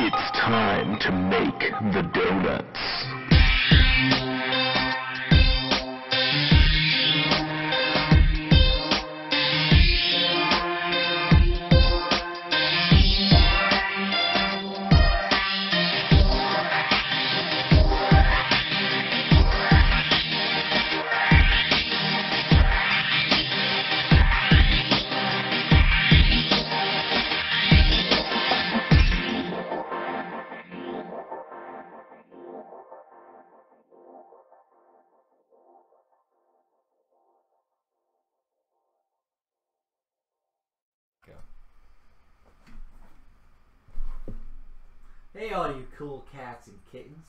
It's time to make the donuts. Hey, all you cool cats and kittens.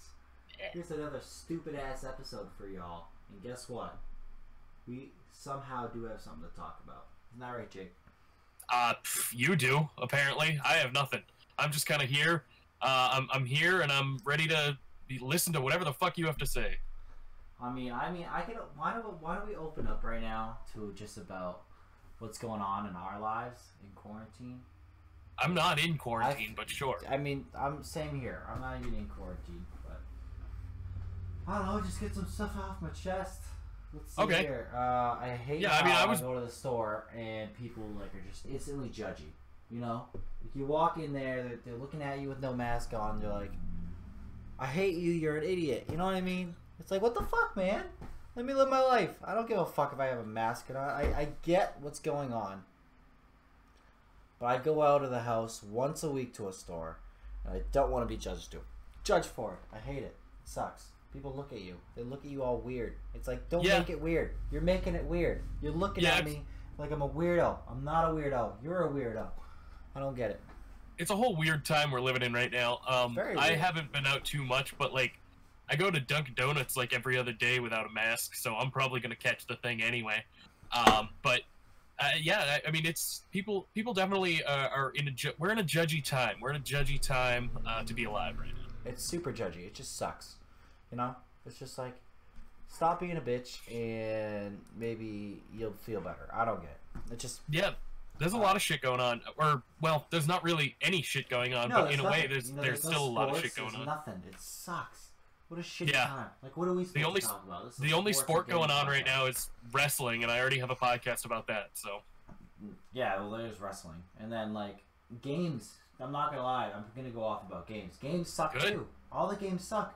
Here's another stupid ass episode for y'all. And guess what? We somehow do have something to talk about. Isn't that right, Jake? Uh, pff, you do apparently. I have nothing. I'm just kind of here. Uh, I'm I'm here and I'm ready to be, listen to whatever the fuck you have to say. I mean, I mean, I can. Why don't Why don't we open up right now to just about what's going on in our lives in quarantine? I'm not in quarantine, I've- but sure. I mean, I'm same here. I'm not even in quarantine, but I don't know. Just get some stuff off my chest. Let's see Okay. here. Uh, I hate Yeah, how I mean, I was- go to the store and people like are just instantly judgy. You know, like you walk in there, they're, they're looking at you with no mask on. They're like, "I hate you. You're an idiot." You know what I mean? It's like, what the fuck, man? Let me live my life. I don't give a fuck if I have a mask or not. I, I get what's going on. But I go out of the house once a week to a store, and I don't want to be judged to. Judged for it. I hate it. It sucks. People look at you. They look at you all weird. It's like, don't Yeah. make it weird. You're making it weird. You're looking Yeah, at it's- me like I'm a weirdo. I'm not a weirdo. You're a weirdo. I don't get it. It's a whole weird time we're living in right now. Um, Very I weird. haven't been out too much, but like, I go to Dunkin' Donuts like every other day without a mask, so I'm probably gonna catch the thing anyway. Um, but uh, yeah, I, I mean, it's people. People definitely uh, are in a. Ju- we're in a judgy time. We're in a judgy time uh, to be alive right now. It's super judgy. It just sucks. You know? It's just like, stop being a bitch, and maybe you'll feel better. I don't get it. It just Yeah, Uh, there's a lot of shit going on. Or well, there's not really any shit going on, but there's in a way, nothing. there's You know, there's, no still a lot of sports, shit going there's on. Nothing. It sucks. What a shitty Yeah. time. Like, what are we supposed only to s- talk about? This is The a only sports sport and going gaming on right podcast. now is wrestling, and I already have a podcast about that. So Yeah, well, there's wrestling, and then like games. I'm not gonna lie. I'm gonna go off about games. Games suck Good. too. All the games suck.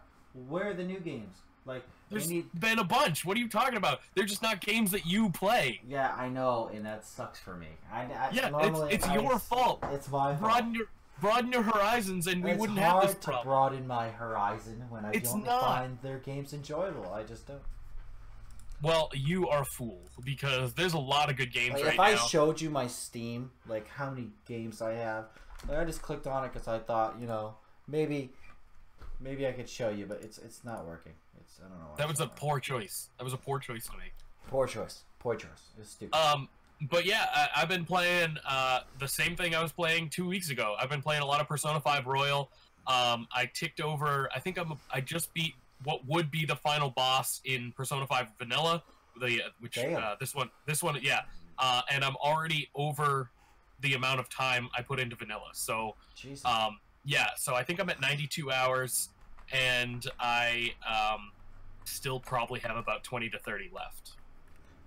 Where are the new games? Like, we there's need. been a bunch. What are you talking about? They're just not games that you play. Yeah, I know, and that sucks for me. I, I Yeah, it's- normally it's I- your fault. It's my fault. Broaden your broaden your horizons, and we it's wouldn't hard have this to problem. broaden my horizon when I It's don't not. find their games enjoyable. I just don't. well, you are a fool because there's a lot of good games Like, right if now. I showed you my Steam, like how many games I have, like, I just clicked on it because I thought, you know, maybe, maybe I could show you, but it's it's not working. It's I don't know. why that it's was a not working. poor choice. That was a poor choice to make. poor choice. Poor choice. It's stupid. Um, but yeah, I, I've been playing uh, the same thing I was playing two weeks ago. I've been playing a lot of Persona Five Royal. Um, I ticked over. I think I'm. I just beat what would be the final boss in Persona Five Vanilla. The uh, which Damn. uh, this one this one yeah, uh, and I'm already over the amount of time I put into Vanilla. So Jesus. um, yeah, so I think I'm at 92 hours, and I um, still probably have about 20 to 30 left.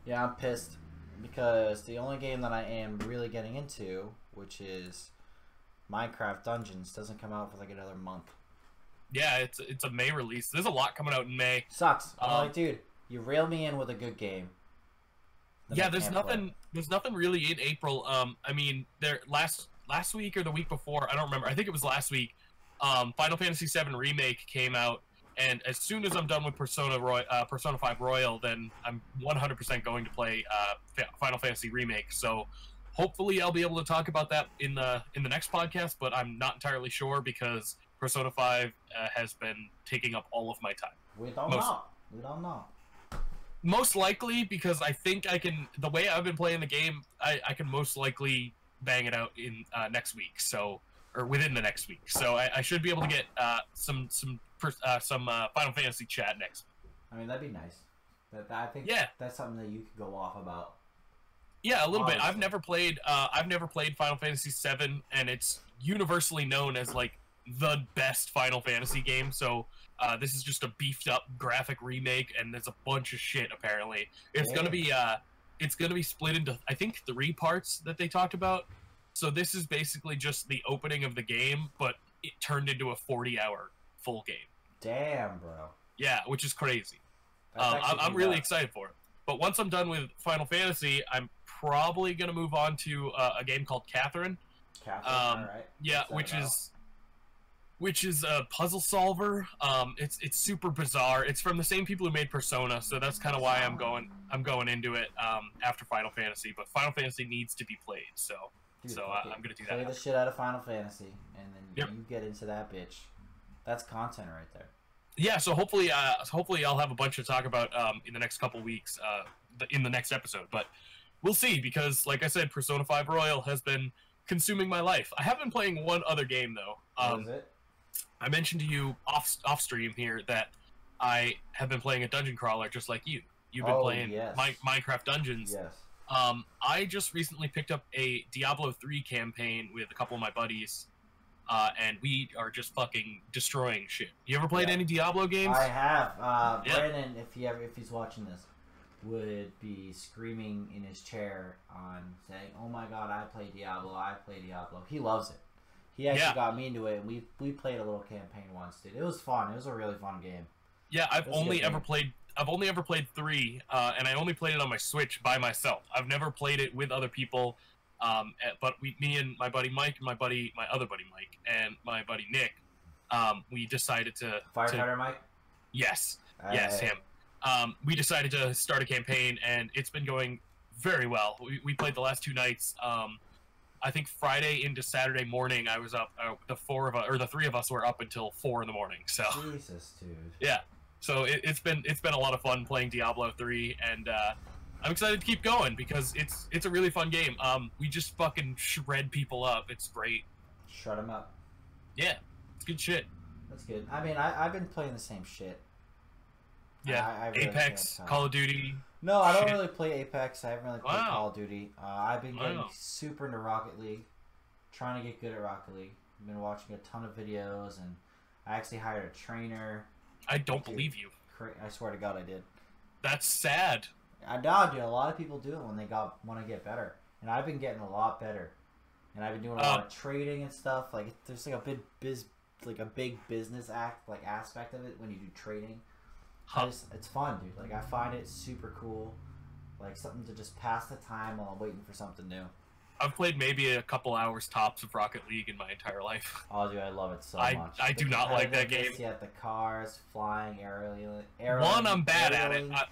yeah, I'm pissed because the only game that I am really getting into, which is Minecraft Dungeons, doesn't come out for like another month. Yeah, it's it's a May release. There's a lot coming out in May. Sucks. I'm Um, like, dude, you reel me in with a good game. then I yeah, there's can't play it. nothing there's nothing really in April. Um I mean, there last last week or the week before, I don't remember. I think it was last week. Um Final Fantasy 7 remake came out and as soon as I'm done with Persona Roy, uh, Persona 5 Royal, then I'm 100% going to play uh, Fa- Final Fantasy remake. So hopefully I'll be able to talk about that in the in the next podcast, but I'm not entirely sure because Persona 5 uh, has been taking up all of my time. We don't Most- know. We don't know. most likely because I think I can. The way I've been playing the game, I, I can most likely bang it out in uh, next week. So or within the next week. So I, I should be able to get uh, some some pers- uh, some uh, Final Fantasy chat next. I mean, that'd be nice. That, that- I think Yeah. that's something that you could go off about. Yeah, a little bit. I've Honestly. never played. Uh, I've never played Final Fantasy VII, and it's universally known as like the best Final Fantasy game. So uh, this is just a beefed up graphic remake, and there's a bunch of shit apparently. It's gonna be uh, it's gonna be split into I think three parts that they talked about. So this is basically just the opening of the game, but it turned into a 40 hour full game. Damn, bro. Yeah, which is crazy. That's Um, actually I'm, I'm pretty really nuts. excited for it. But once I'm done with Final Fantasy, I'm probably going to move on to uh, a game called Catherine. Catherine, um, alright. Yeah, What's that which about? is which is a puzzle solver. Um, it's it's super bizarre. It's from the same people who made Persona, so that's kind of why I'm going I'm going into it um, after Final Fantasy. But Final Fantasy needs to be played, so Dude, so fuck I- it. I'm gonna do Play that. the shit out of Final Fantasy, and then Yep. you get into that bitch. That's content right there. yeah. So hopefully, uh, hopefully I'll have a bunch to talk about um, in the next couple weeks, uh, the, in the next episode. But we'll see because, like I said, Persona Five Royal has been consuming my life. I have been playing one other game though. What Um, is it? I mentioned to you off off stream here that I have been playing a dungeon crawler just like you. You've been Oh, playing yes. Mi- Minecraft Dungeons. Yes. Um, I just recently picked up a Diablo 3 campaign with a couple of my buddies, uh, and we are just fucking destroying shit. You ever played Yeah. any Diablo games? I have. Uh, Yeah. Brandon, if he ever, if he's watching this, would be screaming in his chair on saying, "Oh my God, I play Diablo! I play Diablo!" He loves it. He actually Yeah. got me into it, and we we played a little campaign once, dude. It was fun. It was a really fun game. yeah, I've That's a only good ever game. played. I've only ever played three, uh, and I only played it on my Switch by myself. I've never played it with other people. Um, eh, but we, me and my buddy Mike, my buddy, my other buddy Mike, and my buddy Nick, um, we decided to. to Firefighter Mike. yes. Yes, Uh, him. Um, we decided to start a campaign, and it's been going very well. We, we played the last two nights. Um, I think Friday into Saturday morning, I was up. Uh, the four of us, or the three of us, were up until four in the morning. So, Jesus, dude. so it, it's been it's been a lot of fun playing Diablo three, and uh, I'm excited to keep going because it's it's a really fun game. Um, we just fucking shred people up. It's great. Shut him up. Yeah, it's good shit. That's good. I mean, I, I've been playing the same shit. Yeah, I, I really Apex, can't tell. Call of Duty. No, I don't shit. really play Apex. I haven't really played Wow. Call of Duty. Uh, I've been getting Wow. super into Rocket League, trying to get good at Rocket League. I've been watching a ton of videos, and I actually hired a trainer. I don't Dude. believe you. Cra- I swear to God, I did. That's sad. I know, dude. A lot of people do it when they got want to get better, and I've been getting a lot better. And I've been doing a lot Um, of trading and stuff. Like it- there's like a big biz, like a big business act, like aspect of it when you do trading. I Huh. just, it's fun, dude. Like I find it super cool, like something to just pass the time while I'm waiting for something new. I've played maybe a couple hours tops of Rocket League in my entire life. Oh, dude, I love it so I- much. I do not like that competitiveness, game. Yeah, the cars flying aerially. aerially One, I'm bad at it. aerially. I,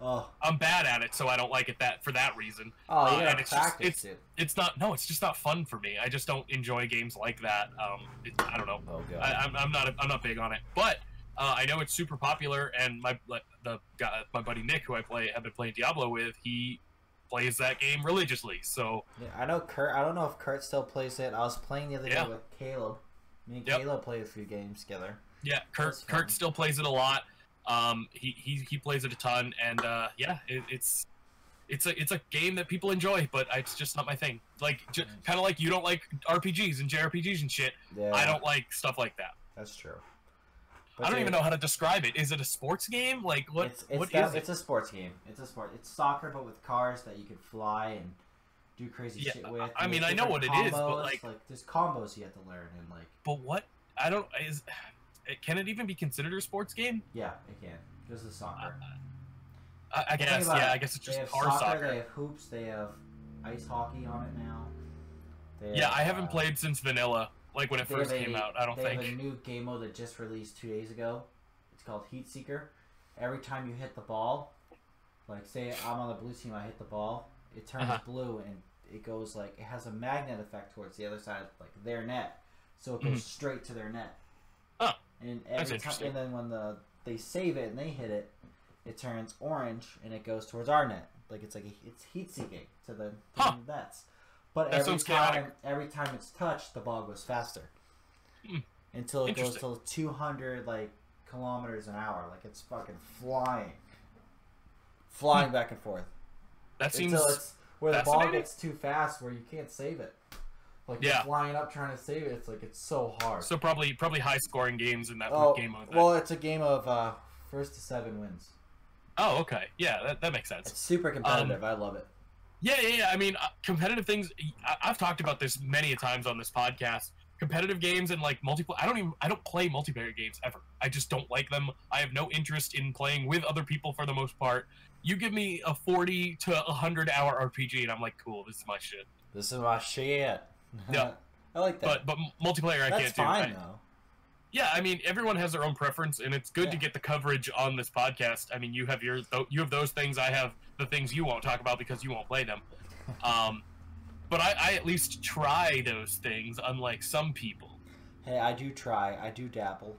oh, I'm bad at it, so I don't like it that for that reason. oh, you uh, gotta and it's just- practice it's- it. It's not no, it's just not fun for me. I just don't enjoy games like that. Um, it, I don't know. Oh god. I, I'm, I'm not I'm not big on it, but uh, I know it's super popular. And my like, the guy, my buddy Nick, who I play have been playing Diablo with, he plays that game religiously. So Yeah, I know Kurt. I don't know if Kurt still plays it. I was playing the other Yeah. day with Caleb. Me and Yep. Caleb played a few games together. Yeah, Kurt That's fun. Kurt still plays it a lot. Um, he, he he plays it a ton, and uh, yeah, it, it's it's a it's a game that people enjoy, but it's just not my thing. Like j- Nice. kind of like you don't like RPGs and JRPGs and shit. Yeah, I don't like stuff like that. That's true. I don't dude, even know how to describe it. Is it a sports game? Like what It's, it's, what that- is it's it? a sports game. It's a sport. It's soccer, but with cars that you can fly and do crazy Yeah, shit with. I- I and mean, there's I know different what it is, but, combos, like- there's combos you have to learn and like, But what I don't is can it even be considered a sports game? yeah, it can. Just the soccer. I, I Think guess about yeah. it. I guess it's they Uh, just have car soccer, soccer. They have hoops. They have ice hockey on it now. They Yeah, have, I haven't uh, played since Vanilla, like when it They first have a- came out. I don't they think. have a new game mode that just released two days ago. It's called Heat Seeker. Every time you hit the ball, like say I'm on the blue team, I hit the ball, it turns Uh-huh. blue and it goes like it has a magnet effect towards the other side, of, like their net, so it goes straight to their net. Mm-hmm. Oh, and that's every time, interesting. and then when the they save it and they hit it, it turns orange and it goes towards our net. Like it's like a, it's heat seeking to the to Huh. the nets. But That every sounds time chaotic. every time it's touched, the ball goes faster. Hmm. Until it goes Interesting. till two hundred like kilometers an hour. Like it's fucking flying. Flying back and forth. that Hmm. seems until it's where the ball fascinating. gets too fast where you can't save it. Like they're Yeah. flying up trying to save it. It's like it's so hard. So probably probably high scoring games in that oh, game mode. then. well, it's a game of uh, first to seven wins. oh, okay. Yeah, that, that makes sense. It's super competitive. Um, I love it. Yeah, yeah, yeah. I mean, uh, competitive things. I, I've talked about this many a times on this podcast. Competitive games and like multiplayer. I don't even. I don't play multiplayer games ever. I just don't like them. I have no interest in playing with other people for the most part. You give me a forty to hundred hour RPG, and I'm like, cool, this is my shit. This is my shit. Yeah. I like that. But but multiplayer, I That's can't do. I- fine though. yeah, I mean, everyone has their own preference, and it's good to Yeah. get the coverage on this podcast. I mean, you have your tho- you have those things. I have the things you won't talk about because you won't play them. Um, but I, I at least try those things, unlike some people. Hey, I do try. I do dabble.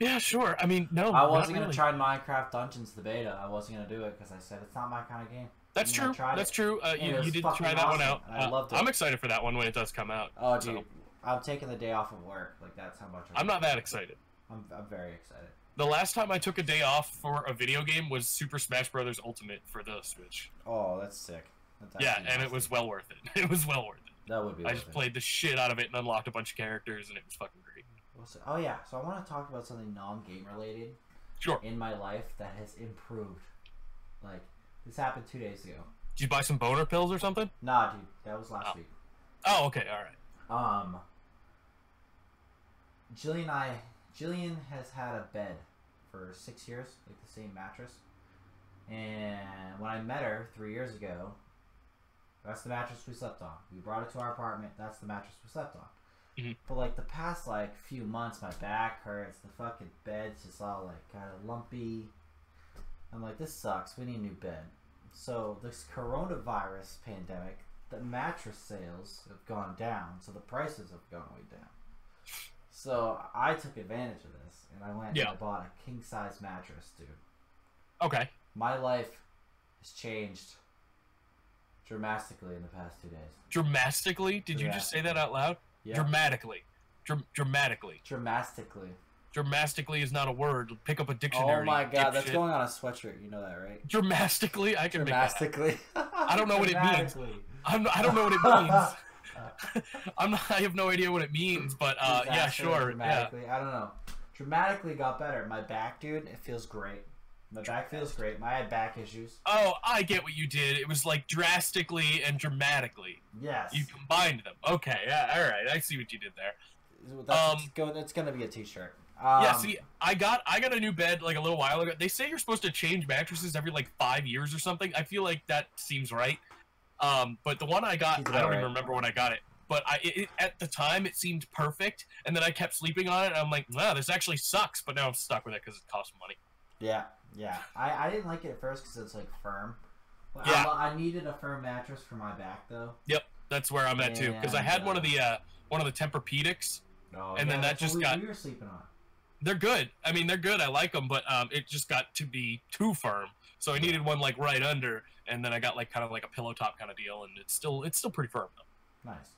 Yeah, sure. I mean, no, I not wasn't gonna Oh, really. try Minecraft Dungeons the beta. I wasn't gonna do it because I said it's not my kind of game. That's I mean, I true. tried That's it. true. Uh, Yeah, you, it was you did fucking try that one awesome, out. and I Uh, loved it. I'm excited for that one when it does come out. Oh, So, dude, I'm taking the day off of work. Like that's how much. I'm not that excited. I'm, I'm very excited. The last time I took a day off for a video game was Super Smash Brothers Ultimate for the Switch. Oh, that's sick. That's yeah, actually and it nasty. was well worth it. It was well worth it. That would be. I worth just it. played the shit out of it and unlocked a bunch of characters, and it was fucking great. What's it- Oh yeah, so I want to talk about something non-game related Sure. in my life that has improved. Like this happened two days ago. Did you buy some boner pills or something? Nah, dude, that was last Oh. week. Oh, okay, all right. Um, Jillian and I, Jillian has had a bed for six years, like the same mattress. And when I met her three years ago, that's the mattress we slept on. We brought it to our apartment. That's the mattress we slept on. Mhm. But like the past like few months, my back hurts. The fucking bed's just all like kind of lumpy. I'm like, this sucks. We need a new bed. So this coronavirus pandemic, the mattress sales have gone down, so the prices have gone way down. So I took advantage of this, and I went Yeah. and I bought a king size mattress, dude. Okay. My life has changed dramatically in the past two days. Dramatically? Did you just say that out loud? Dramatically. Dr- dramatically. dramatically. Dramatically is not a word. Pick up a dictionary. Oh my god, that's dipshit. going on a sweatshirt. You know that, right? Dramatically, I can make that. Dramatically. I don't know what it means. I'm, I don't know what it means. I'm not, I have no idea what it means, but uh, yeah, Disaster and sure. Yeah. Dramatically, I don't know. Dramatically got better. My back, dude, it feels great. My back feels great. My I had back issues. Oh, I get what you did. It was like drastically and dramatically. Yes. You combined them. Okay. Yeah. All right. I see what you did there. That's, Um, it's go- it's gonna be a t-shirt. Um, yeah, see, I got I got a new bed like a little while ago. They say you're supposed to change mattresses every like five years or something. I feel like that seems right. Um, but the one I Seems got, I about don't right. even remember when I got it. But I it, it- at the time it seemed perfect, and then I kept sleeping on it. And I'm like, wow, this actually sucks. But now I'm stuck with it because it costs money. Yeah, yeah. I, I didn't like it at first because it's like firm. But Yeah. I, lo- I needed a firm mattress for my back though. That's where I'm at too. Because I had one of the uh, one of the Tempur-Pedics. No. And then that just got- we were sleeping on. They're good. I mean, they're good. I like them, but um, it just got to be too firm. So I needed one like right under, and then I got like kind of like a pillow top kind of deal, and it's still it's still pretty firm. Though. Nice.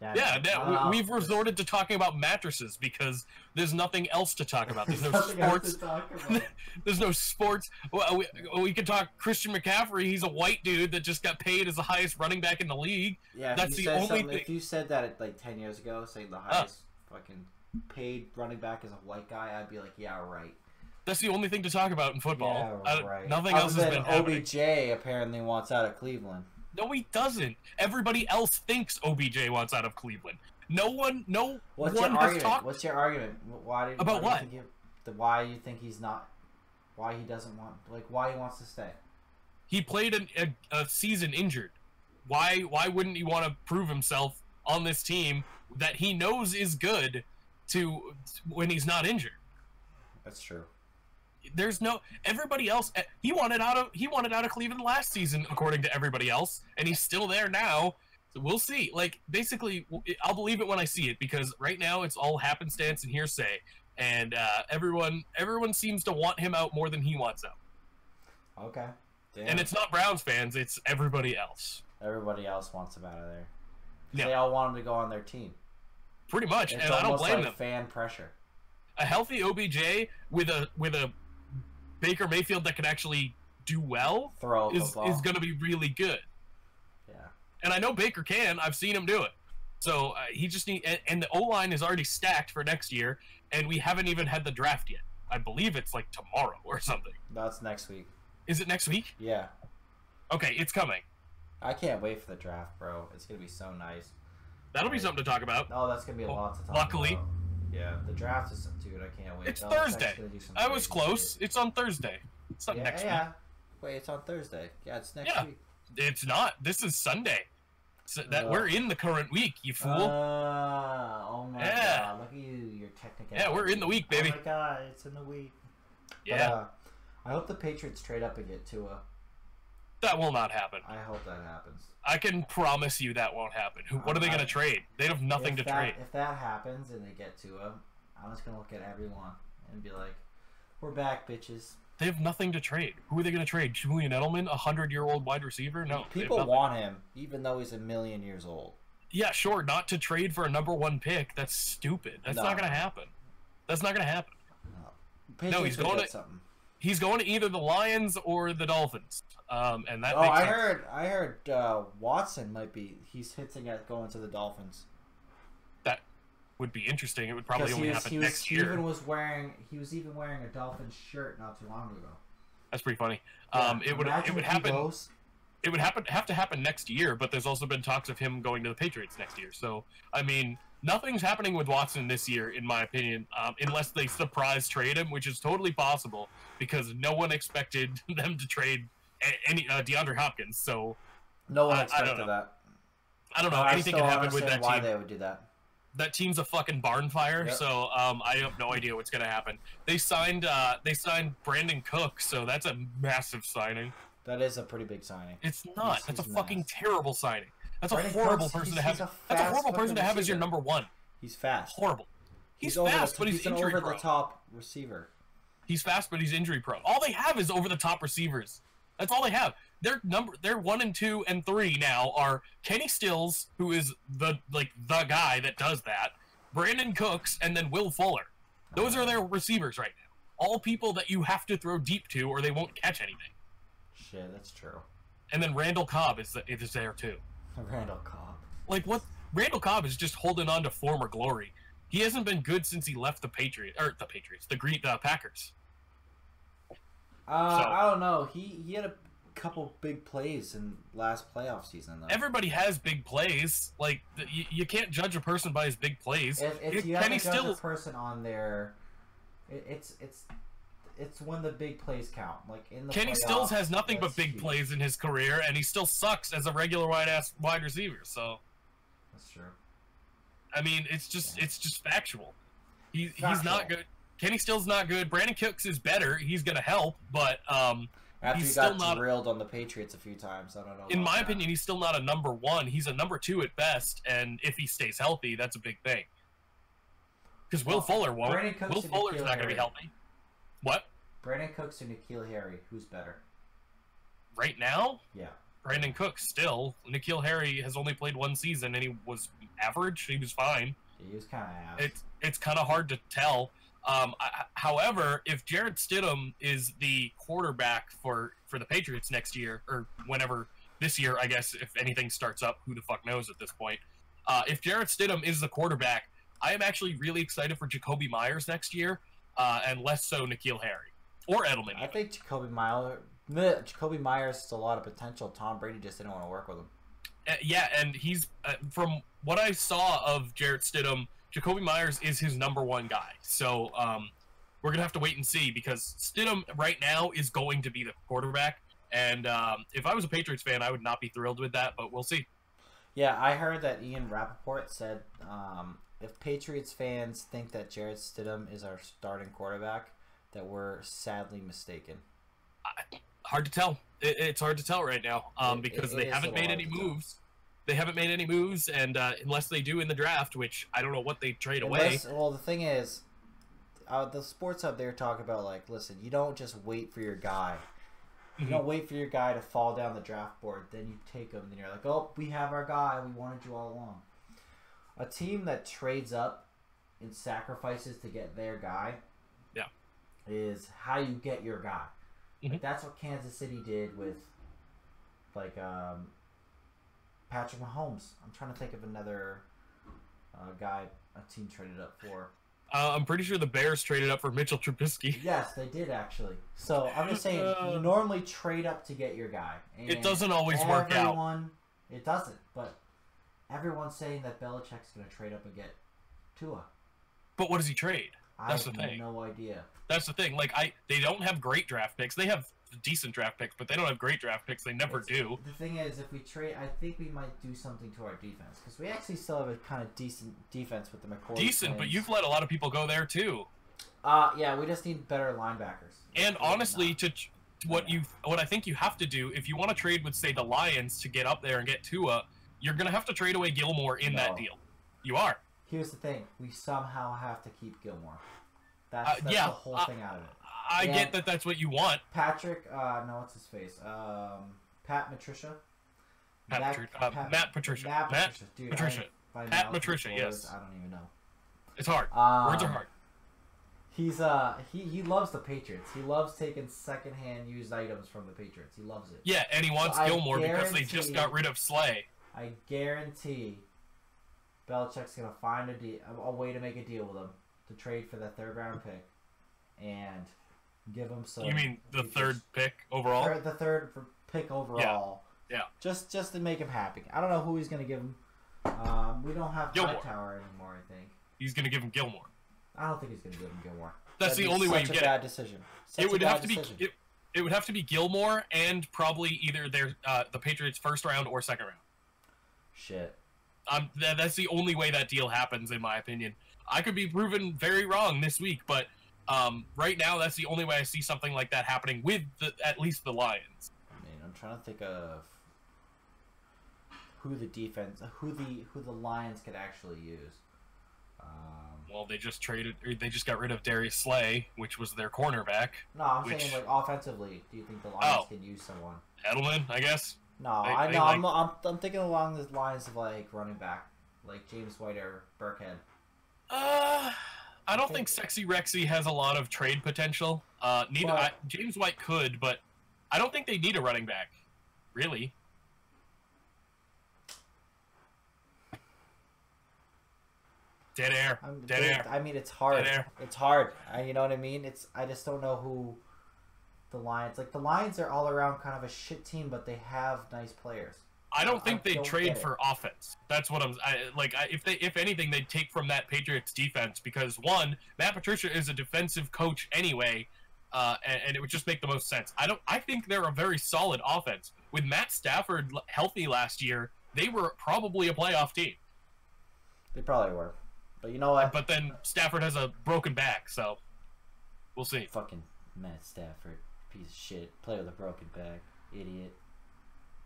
Yeah, man. I don't that, know. we, we've resorted to talking about mattresses because there's nothing else to talk about. There's no Nothing else to sports. talk about. There's no sports. Well, uh, we, we could talk Christian McCaffrey. He's a white dude that just got paid as the highest running back in the league. Yeah, if That's you the said only something- thing- If you said that at, like ten years ago, saying the highest fucking paid running back is a white guy, I'd be like, yeah, right. That's the only thing to talk about in football. Yeah, I- right. nothing Other else has than been happening. OBJ apparently wants out of Cleveland. No, he doesn't. Everybody else thinks OBJ wants out of Cleveland. No one, no What's one your has argument? talked. What's your argument? Wh- Why did About why what? Do you think he- the why you think he's not? Why he doesn't want? Like why he wants to stay? He played an, a, a season injured. Why? Why wouldn't he want to prove himself on this team that he knows is good to when he's not injured? That's true. There's no everybody else. eh, He wanted out of he wanted out of Cleveland last season, according to everybody else, and he's still there now. So we'll see. Like basically, w- it- I'll believe it when I see it because right now it's all happenstance and hearsay, and uh, everyone everyone seems to want him out more than he wants out. Okay. Damn. And it's not Browns fans; it's everybody else. everybody else wants him out of there. 'Cause Yeah. They all want him to go on their team. Pretty much, It's and I don't almost blame like them. fan pressure. a healthy OBJ with a with a Baker Mayfield that can actually do well Throw a is football. is going to be really good. Yeah. and I know Baker can. I've seen him do it. So uh, he just need and, and the O line is already stacked for next year, and we haven't even had the draft yet. I believe it's like tomorrow or something. That's next week. Is it next week? Yeah. Okay, it's coming. I can't wait for the draft, bro. It's gonna be so nice. That'll be something to talk about. Oh, that's gonna be a Well, lot to talk luckily- about. Yeah, the draft is dude. I can't wait. It's Belichick's Thursday. gonna do some I was crazy close. shit. It's on Thursday. It's not yeah, next yeah. Wait, it's on Thursday. Yeah, it's next Yeah. week. week. It's not. This is Sunday. So that Ugh. we're in the current week, you fool. Uh, Ah, oh my Yeah. god! Look at you. You're technical. yeah, we're in the week, baby. Oh my god! It's in the week. yeah, But, uh, I hope the Patriots trade up and get Tua. that will not happen. I hope that happens. I can promise you that won't happen. Who, what are they I- going to trade? They have uh, nothing if to that, trade. If that happens and they get Tua, I'm just gonna look at everyone and be like, "We're back, bitches." They have nothing to trade. Who are they going to trade? Julian Edelman, a hundred-year-old wide receiver? No. they have People nothing. want him, even though he's a million years old. Yeah, sure. Not to trade for a number one pick. That's stupid. That's No. not going to happen. That's not going to happen. Patriots he's would going get to- something. He's going to either the Lions or the Dolphins. Um, and that Oh, makes I sense. heard. I heard uh, Watson might be. He's hinting at going to the Dolphins that would be interesting. It would probably because only he was. happen He, was next he year. even was wearing. He was even wearing a Dolphins shirt not too long ago. That's pretty funny. Yeah, um, it would imagine it would if he happen. goes- It would happen have to happen next year. But there's also been talks of him going to the Patriots next year. So I mean, nothing's happening with Watson this year, in my opinion, um, unless they surprise trade him, which is totally possible because no one expected them to trade a- any uh, DeAndre Hopkins. So No one I- I don't expected know. that. I don't know. Uh, I anything still can don't happen with understand that why team. they would do that. that team's a fucking barn fire. Yep. So um, I have no idea what's gonna happen. They signed uh, they signed Brandon Cook, so that's a massive signing. That is a pretty big signing. It's not. He's- That's a he's fucking nice. terrible signing. That's a Brandon horrible Cooks, person to he's- have. he's a that's a fast horrible person fucking to have as your receiver. number one. He's fast. Horrible. He's, over the- fast, but he's, an injury over prone. the top receiver. He's fast, but he's injury prone. All they have is over the top receivers. That's all they have. Their number, their one and two and three now are Kenny Stills, who is the like the guy that does that, Brandon Cooks, and then Will Fuller. Those are their receivers right now. All people that you have to throw deep to, or they won't catch anything. Shit, that's true. And then Randall Cobb is, is there too. Randall Cobb. like what Randall Cobb is just holding on to former glory. He hasn't been good since he left the Patriots or the Patriots, the Green the Packers. Uh, So- I don't know. He he had a couple big plays in last playoff season though. Everybody has big plays. Like th- you, you can't judge a person by his big plays. if, if If you have Kenny a Stills- person on there, it, it's it's it's when the big plays count. Like in the Kenny playoffs, Stills has nothing but that's big huge. plays in his career, and he still sucks as a regular wide ass wide receiver. So That's true. I mean, it's just Yeah. it's just factual. He, he's Factual. not good. Kenny Stills not good. Brandon Cooks is better. He's gonna help, but um, After He's he got still not- drilled on the Patriots a few times, I don't know. in about my that. opinion, he's still not a number one. He's a number two at best, and if he stays healthy, that's a big thing. Because Will Well, Fuller won't. Brandon Cooks Will and Fuller's Nikhil not going Harry. to be healthy. What Brandon Cooks and Nikhil Harry, who's better? right now? Yeah. Brandon Cooks still. Nikhil Harry has only played one season, and he was average. He was fine. He was kind of ass. It's it's kind of hard to tell. Um, I, however, if Jared Stidham is the quarterback for for the Patriots next year or whenever this year, I guess if anything starts up, who the fuck knows at this point. Uh, if Jared Stidham is the quarterback, I am actually really excited for Jacoby Myers next year, uh, and less so Nikhil Harry or Edelman. I think Jacoby Myers, Jacoby Myers has a lot of potential. Tom Brady just didn't want to work with him. Uh, yeah, and he's uh, from what I saw of Jarrett Stidham, Jacoby Myers is his number one guy. So um, we're gonna have to wait and see because Stidham right now is going to be the quarterback. And um, if I was a Patriots fan, I would not be thrilled with that, but we'll see. Yeah, I heard that Ian Rappaport said um, if Patriots fans think that Jared Stidham is our starting quarterback, that we're sadly mistaken. Hard to tell. It, it's hard to tell right now It- um, it- because it they is a haven't little made hard any to tell. moves. They haven't made any moves, and uh, unless they do in the draft, which I don't know what they trade away. Unless- well, the thing is, uh, the sports hub they were talking about, like, listen, you don't just wait for your guy. You Mhm. don't wait for your guy to fall down the draft board. Then you take him, and you're like, oh, we have our guy. We wanted you all along. A team that trades up and sacrifices to get their guy Yeah. is how you get your guy. Like, Mhm. that's what Kansas City did with, like, um, Patrick Mahomes. I'm trying to think of another uh, guy a team traded up for. Uh, I'm pretty sure the Bears traded up for Mitchell Trubisky. Yes, they did actually. So I'm just saying, you normally trade up to get your guy. And It doesn't always work out. everyone- It doesn't, but everyone's saying that Belichick's going to trade up and get Tua. But what does he trade? I That's have the thing. no idea. That's the thing. Like I, they don't have great draft picks. They have decent draft picks, but they don't have great draft picks. They never It's- do. The thing is, if we trade, I think we might do something to our defense because we actually still have a kind of decent defense with the McCoy. Decent, but twins. you've let a lot of people go there too. Uh, yeah, we just need better linebackers. And Really honestly, not. to ch- to what you, what I think you have to do if you want to trade with, say, the Lions to get up there and get Tua, you're gonna have to trade away Gilmore in that No. deal. You are. here's the thing: we somehow have to keep Gilmore. That's, Uh, that's yeah, the whole uh, thing out of it. I Yeah. get that that's what you want. Patrick, uh, no, what's his face? Um, Pat Matricia. Pat Patri- uh, Matt Patricia. Matt, Matt Patricia. Dude, I- Patricia. by Pat now it's Patricia, words, yes. I don't even know. It's hard. Um, Words are hard. He's uh he, he loves the Patriots. He loves taking secondhand used items from the Patriots. He loves it. Yeah, and he wants I Gilmore because they just guarantee- got rid of Slay. I guarantee Belichick's gonna find a, de- a- a way to make a deal with him to trade for that third round pick and give him some. You mean the Patriots- third pick overall? third- the third for- pick overall? Yeah. Just just to make him happy. I don't know who he's gonna give him. Um, we don't have Gilmore. Hightower anymore. I think. He's gonna give him Gilmore. I don't think he's gonna give him Gilmore. That's That'd the be only way you such get a it. bad decision. Such it a would bad have to be decision. it, it would have to be Gilmore and probably either their uh, the Patriots first round or second round. Shit. Um, tha that's the only way that deal happens, in my opinion. I could be proven very wrong this week, but um, right now that's the only way I see something like that happening with the, at least the Lions. I mean, I'm trying to think of who the defense, who the who the Lions could actually use. Um, Well, they just traded, or they just got rid of Darius Slay, which was their cornerback. no, I'm Which- saying like offensively. Do you think the Lions Oh. can use someone? Edelman, I guess. No, They- I they know. I'm, I'm I'm thinking along the lines of like running back, like James White or Burkhead. Uh, I don't think Sexy Rexy has a lot of trade potential. Uh, neither I, But- James White could, but I don't think they need a running back, really. Dead air. I'm, Dead it- air. I mean, it's hard. Dead air. It's hard. I, you know what I mean? It's I just don't know who the Lions like. The Lions are all around kind of a shit team, but they have nice players. I I don't think they don't get trade it. for offense. That's what I'm I, like. I, if they, if anything, they take from that Patriots defense because one, Matt Patricia is a defensive coach anyway, uh, and, and it would just make the most sense. I don't. I think they're a very solid offense with Matt Stafford l- healthy last year. They were probably a playoff team, They probably were, but you know what? but then Stafford has a broken back, so we'll see. Fucking Matt Stafford, piece of shit. Play with a broken back, idiot.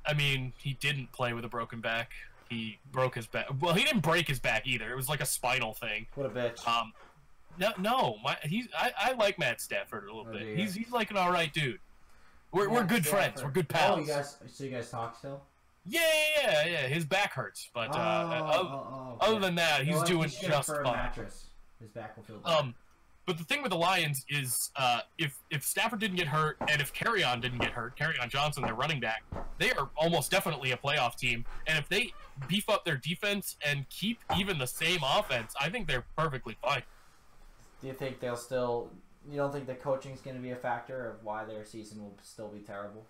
I mean, he didn't play with a broken back. He broke his back. Well, he didn't break his back either. It was like a spinal thing. What a bitch. Um, no, no, my, he's I, I like Matt Stafford a little Oh, bit. do you? He's he's like an all right dude. We're we're Matt good friends. Stafford. We're good Oh, you pals. guys. So you guys talk still? yeah, yeah, yeah, yeah. His back hurts, but uh, Oh, oth- oh, oh, other okay. than that, You know he's what? doing He's good just for a fine. mattress. His back will feel better. Um, but the thing with the Lions is, uh, if if Stafford didn't get hurt and if Carryon didn't get hurt, Carryon Johnson, their running back, they are almost definitely a playoff team. And if they beef up their defense and keep even the same offense, I think they're perfectly fine. Do you think they'll still? You don't think the coaching's going to be a factor of why their season will still be terrible?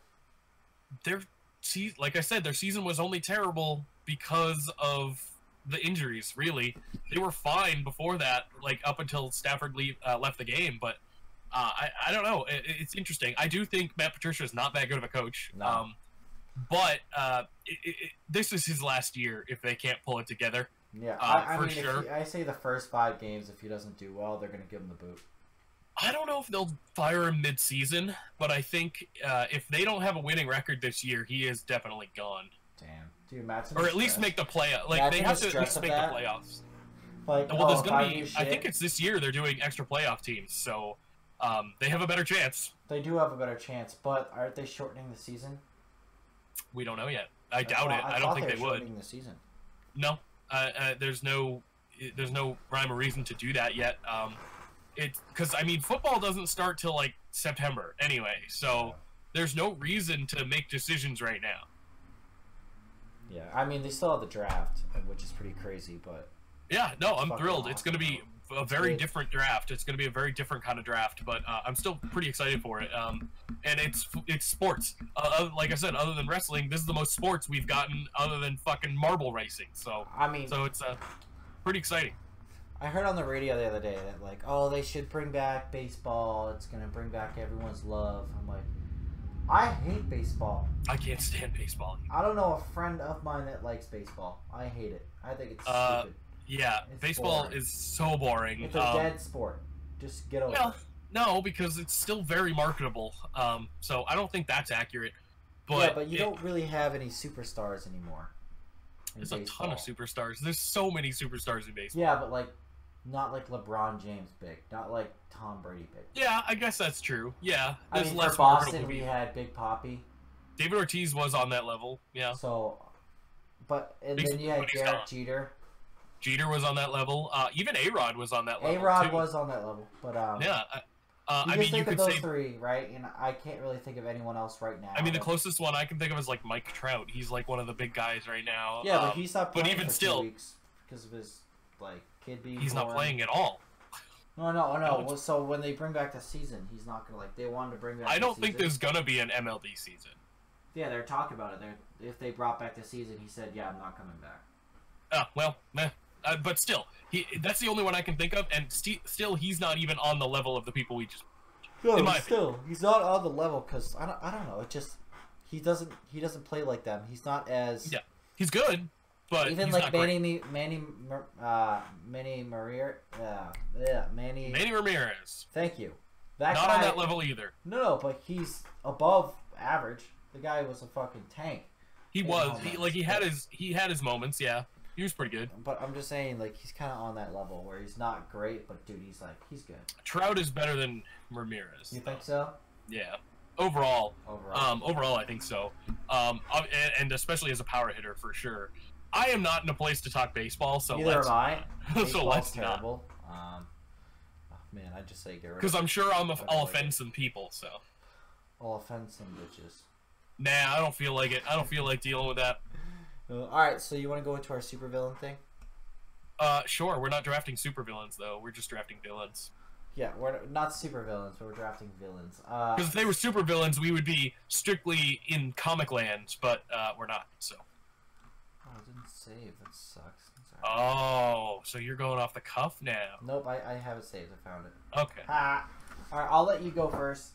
their se- like I said, their season was only terrible because of the injuries. Really, they were fine before that, like up until Stafford leave, uh, left the game. But uh, I I don't know. It, it's interesting. I do think Matt Patricia is not that good of a coach. No. Um, but uh, it, it, it- this is his last year if they can't pull it together. Yeah, Uh, I, I for mean, if sure. he- I say the first five games. If he doesn't do well, they're going to give him the boot. I don't know if they'll fire him mid-season, but I think uh, if they don't have a winning record this year, he is definitely gone, Damn, dude, Matt's or at least make the play. Like Imagine they the have to at stress least of make that. the playoffs. like Well, oh, there's if gonna I be. do I shit- think it's this year they're doing extra playoff teams, so um, they have a better chance. They do have a better chance, but aren't they shortening the season? We don't know yet. I doubt it. I, don't thought think they, were would. shortening The season. No, uh, uh, there's no, there's no rhyme or reason to do that yet. Um, it's because I mean football doesn't start till like September anyway, so there's no reason to make decisions right now. Yeah, I mean they still have the draft, which is pretty crazy, but Yeah, no, I'm Fucking thrilled. It's going to be a very good. different draft. It's going to be a very different kind of draft, but uh, I'm still pretty excited for it. Um, and it's it's sports. Uh, other- like I said, other than wrestling, this is the most sports we've gotten, other than fucking marble racing. So, I mean so it's uh, pretty exciting. I heard on the radio the other day that like, oh, they should bring back baseball. It's gonna bring back everyone's love. I'm like, I hate baseball. I can't stand baseball. I don't know a friend of mine that likes baseball. I hate it. I think it's Uh, stupid. Yeah, It's baseball boring. is so boring. It's a Um, dead sport. Just get over well, it. no, because it's still very marketable. Um, so I don't think that's accurate. But, yeah, but you it- don't really have any superstars anymore. in there's a ton of baseball. superstars. There's so many superstars in baseball. Yeah, but like, not like LeBron James big, not like Tom Brady big. Yeah, I guess that's true. Yeah, I there's mean, less for Boston, marketable we people. had Big Poppy. David Ortiz was on that level. Yeah, So, but and Big then you had Poppy's Derek gone. Jeter. Jeter was on that level. Uh, even A Rod was on that A level. Rod too. was on that level, but um, Yeah, uh, uh, you I just mean, you think of could those say. three, right? And I can't really think of anyone else right now. I mean, the Like- closest one I can think of is like Mike Trout. He's like one of the big guys right now. Yeah, but Um, he stopped but playing even for two still- weeks because of his like kid being. he's not born. playing at all. No, no, no. No, Well, it's- so when they bring back the season, he's not gonna like. They wanted to bring back. I the don't think season. there's gonna be an MLB season. Yeah, they're talking about it. They're if they brought back the season, he said, "Yeah, I'm not coming back." Uh, well, meh. Uh, but still, he, that's the only one I can think of, and sti- still, he's not even on the level of the people we just. In No, my he's still, he's not on the level because I don't, I don't know. It just he doesn't, he doesn't play like them. He's not as Yeah, He's good, but even he's like not Manny, Me- Manny, Mer- uh, Manny Maria, yeah, yeah, Manny. great. Manny Ramirez, Thank you. That not guy, on that level either. No, no, but he's above average. The guy was a fucking tank. He in was moments, he, like he had but- his he had his moments. Yeah, he was pretty good. But I'm just saying, like he's kind of on that level where he's not great, but dude, he's like he's good. Trout is better than Ramirez. You think so? Yeah, overall, Overall, um, overall, I think so. Um, ob- and, and especially as a power hitter for sure. I am not in a place to talk baseball, so neither let's am I. so Baseball's let's not. terrible. Um, oh, man, I just say get rid Because of I'm sure I'm a, I don't I'll like offend it. some people. So all offense and bitches. nah, I don't feel like it. I don't feel like dealing with that. Uh, all right, so you want to go into our supervillain thing? Uh, sure, we're not drafting supervillains though. We're just drafting villains. Yeah, we're not supervillains, but we're drafting villains. Uh, Because if they were supervillains, we would be strictly in comic land, but uh, we're not. So oh, I didn't save. That sucks. I'm sorry. oh, so you're going off the cuff now? nope, I, I have it saved. I found it. Okay. Ha! All right, I'll let you go first.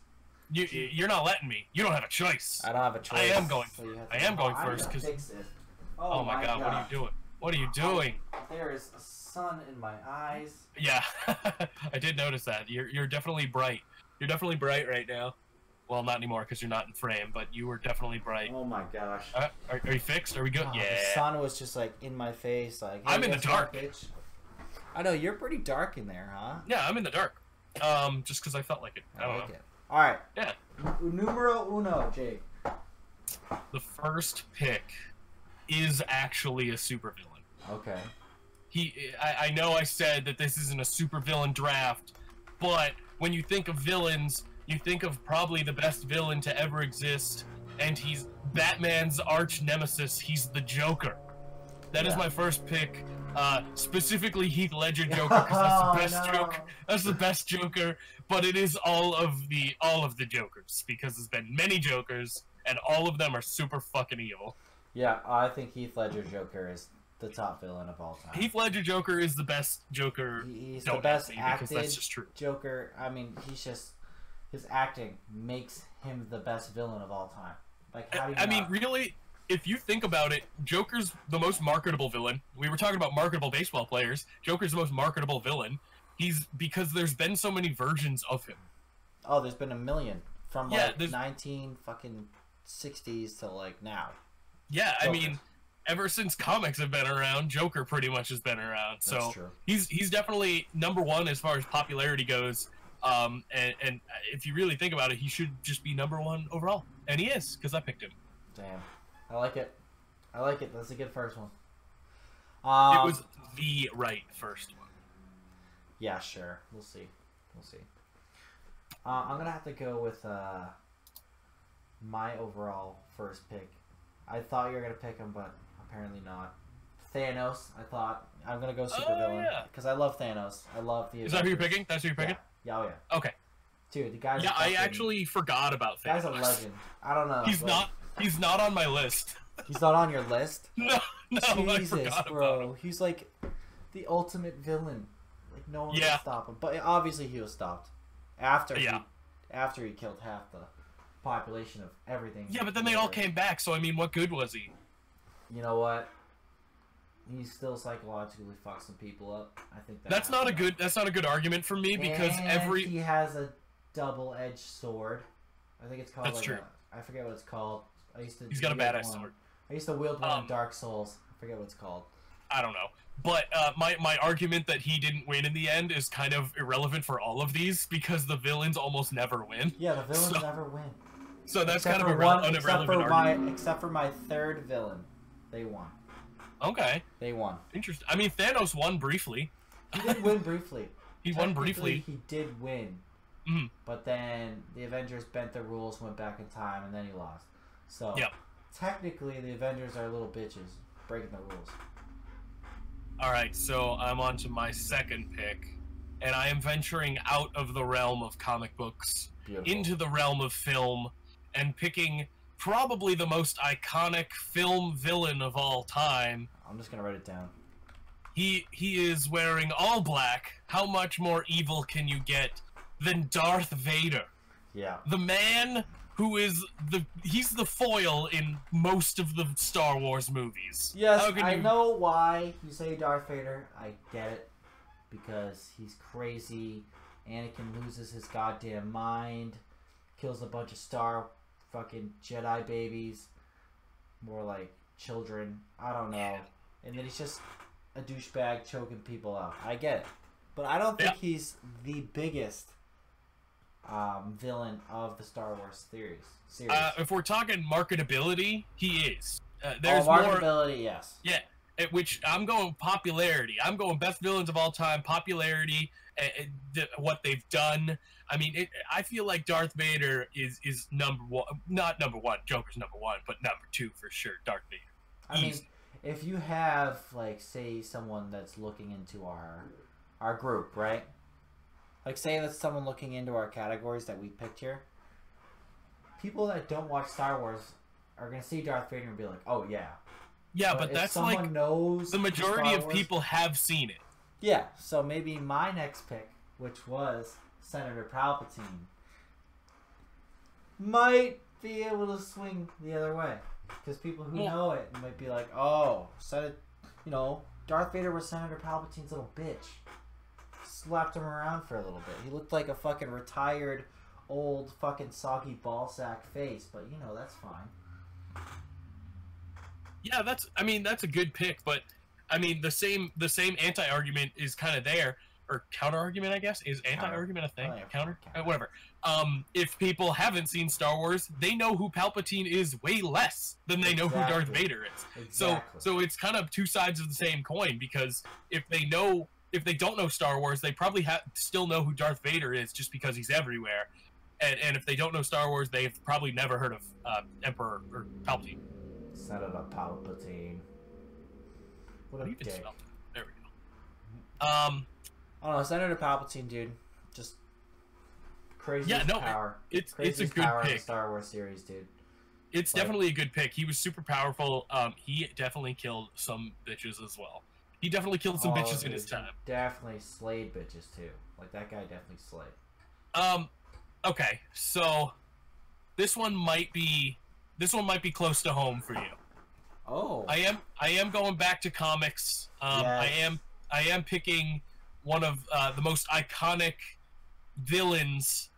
You, you're not letting me. You don't have a choice. I don't have a choice. I am going so you have I am going I'm first, gonna 'cause- fix it. Oh, my god, what are you doing? What are you doing? There is a sun in my eyes. Yeah, I did notice that. You're, you're definitely bright. You're definitely bright right now. Well, not anymore because you're not in frame, but you were definitely bright. Oh my gosh. Uh, are, are you fixed? Are we good? Oh, The yeah. sun was just like in my face. Like I'm hey, in the guess what, dark. bitch? I know you're pretty dark in there, huh? Yeah, I'm in the dark. Um, just because I felt like it. I don't like know. it. All right. Yeah. N- numero uno, Jake. The first pick is actually a supervillain. Okay. he I, I know I said that this isn't a supervillain draft, but when you think of villains, you think of probably the best villain to ever exist, and he's Batman's arch nemesis. He's the Joker. That is Yeah. my first pick, uh, specifically Heath Ledger Joker, because that's Oh, the best Joker. That's the best Joker, but it is all of the all of the Jokers because there's been many Jokers, and all of them are super fucking evil. Yeah, I think Heath Ledger Joker is the top villain of all time. Heath Ledger Joker is the best Joker. He- he's the Don't best ask me, because acted that's just true. Joker. I mean, he's just his acting makes him the best villain of all time. Like, how do you? I mean, not- really, if you think about it, Joker's the most marketable villain. We were talking about marketable baseball players. Joker's the most marketable villain. He's because there's been so many versions of him. oh, there's been a million from Yeah, like there's- nineteen fucking sixties to like now. Yeah, I Joker. mean, ever since comics have been around, Joker pretty much has been around. That's so true. he's he's definitely number one as far as popularity goes. Um, and, and if you really think about it, he should just be number one overall, and he is because I picked him. Damn, I like it. I like it. That's a good first one. Um, it was the right first one. Yeah, sure. We'll see. We'll see. Uh, I'm gonna have to go with uh, my overall first pick. I thought you were gonna pick him, but Apparently not. Thanos. I thought I'm gonna go Oh, super villain yeah. because I love Thanos. I love the. Is that who you're Avengers. picking? That's who you're picking. Yeah. yeah. Oh yeah. Okay. Dude, the guy's. a Yeah, I fucking- actually forgot about Thanos. Guy's a legend. I don't know. He's but not. He's not on my list. He's not on your list. No, no, Oh, I Jesus, forgot about him. bro. He's like the ultimate villain. Like no one Yeah. can stop him. But obviously he was stopped after Yeah. he after he killed half the population of everything. Yeah, but then they all Ever. came back. So I mean, what good was he? You know what? He still psychologically fucks some people up. I think that That's not a happened. good. That's not a good argument for me because And every. he has a double-edged sword. I think it's called. That's like true. a- I forget what it's called. I used to. He's got a wield badass one. sword. I used to wield one Um, in Dark Souls. I forget what it's called. I don't know. But uh, my my argument that he didn't win in the end is kind of irrelevant for all of these because the villains almost never win. Yeah, the villains so- never win. So that's Except kind of for irre- one- an Except for irrelevant my argument. except for my third villain, they won. Okay, They won. interesting. I mean, Thanos won briefly. He did win briefly. He won Technically, briefly. He did win. Mhm. But then the Avengers bent the rules, went back in time, and then he lost. So Yep. technically, the Avengers are little bitches breaking the rules. All right, so I'm on to my second pick, and I am venturing out of the realm of comic books Beautiful. into the realm of film and picking probably the most iconic film villain of all time. I'm just gonna write it down. He he is wearing all black. How much more evil can you get than Darth Vader? Yeah. The man who is the he's the foil in most of the Star Wars movies. Yes, How can I you- know why you say Darth Vader. I get it. Because he's crazy. Anakin loses his goddamn mind. Kills a bunch of star fucking Jedi babies. More like children. I don't know. Yeah. And then he's just a douchebag choking people out. I get it. But I don't think he's the biggest um, villain of the Star Wars series. series. Uh, if we're talking marketability, he is. Uh, oh, there's more marketability, yes. Yeah, at which I'm going popularity. I'm going best villains of all time, popularity, eh, eh, th- what they've done. I mean, it, I feel like Darth Vader is is number one, not number one. Joker's number one, but number two for sure. Darth Vader. I mean, Easy. if you have like say someone that's looking into our our group, right? Like say that's someone looking into our categories that we picked here. People that don't watch Star Wars are gonna see Darth Vader and be like, "Oh yeah." Yeah, but if that's someone like knows the majority Star of Wars- people have seen it. Yeah, so maybe my next pick, which was Senator Palpatine, might be able to swing the other way. Because people who Yeah. know it might be like, oh, Sen- you know, Darth Vader was Senator Palpatine's little bitch. Slapped him around for a little bit. He looked like a fucking retired, old, fucking soggy ball sack face, but you know, that's fine. Yeah, that's. I mean, that's a good pick, but I mean, the same the same anti argument is kind of there, or counter argument, I guess, is anti argument a thing? Oh, yeah, Counter, counter. Uh, whatever. Um, if people haven't seen Star Wars, they know who Palpatine is way less than they know who Darth Exactly. Vader is. So, Exactly. so it's kind of two sides of the same coin because if they know, if they don't know Star Wars, they probably ha- still know who Darth Vader is just because he's everywhere. And, and if they don't know Star Wars, they've probably never heard of uh, Emperor or Palpatine. Senator Palpatine. What a You can dick. spell it. There we go. Um, I don't know, Senator Palpatine, dude. Just crazy Yeah, no, it- power. it's- it's Craziest a good power in the pick. Star Wars series, dude. it's Like- definitely a good pick. He was super powerful. Um, he definitely killed some bitches as well. He definitely killed some Oh, bitches in his dude, time. Definitely slayed bitches too. Like that guy definitely slayed. Um, okay, so this one might be this one might be close to home for you. Oh, I am I am going back to comics. Um, I Yes. am I am picking one of uh, the most iconic villains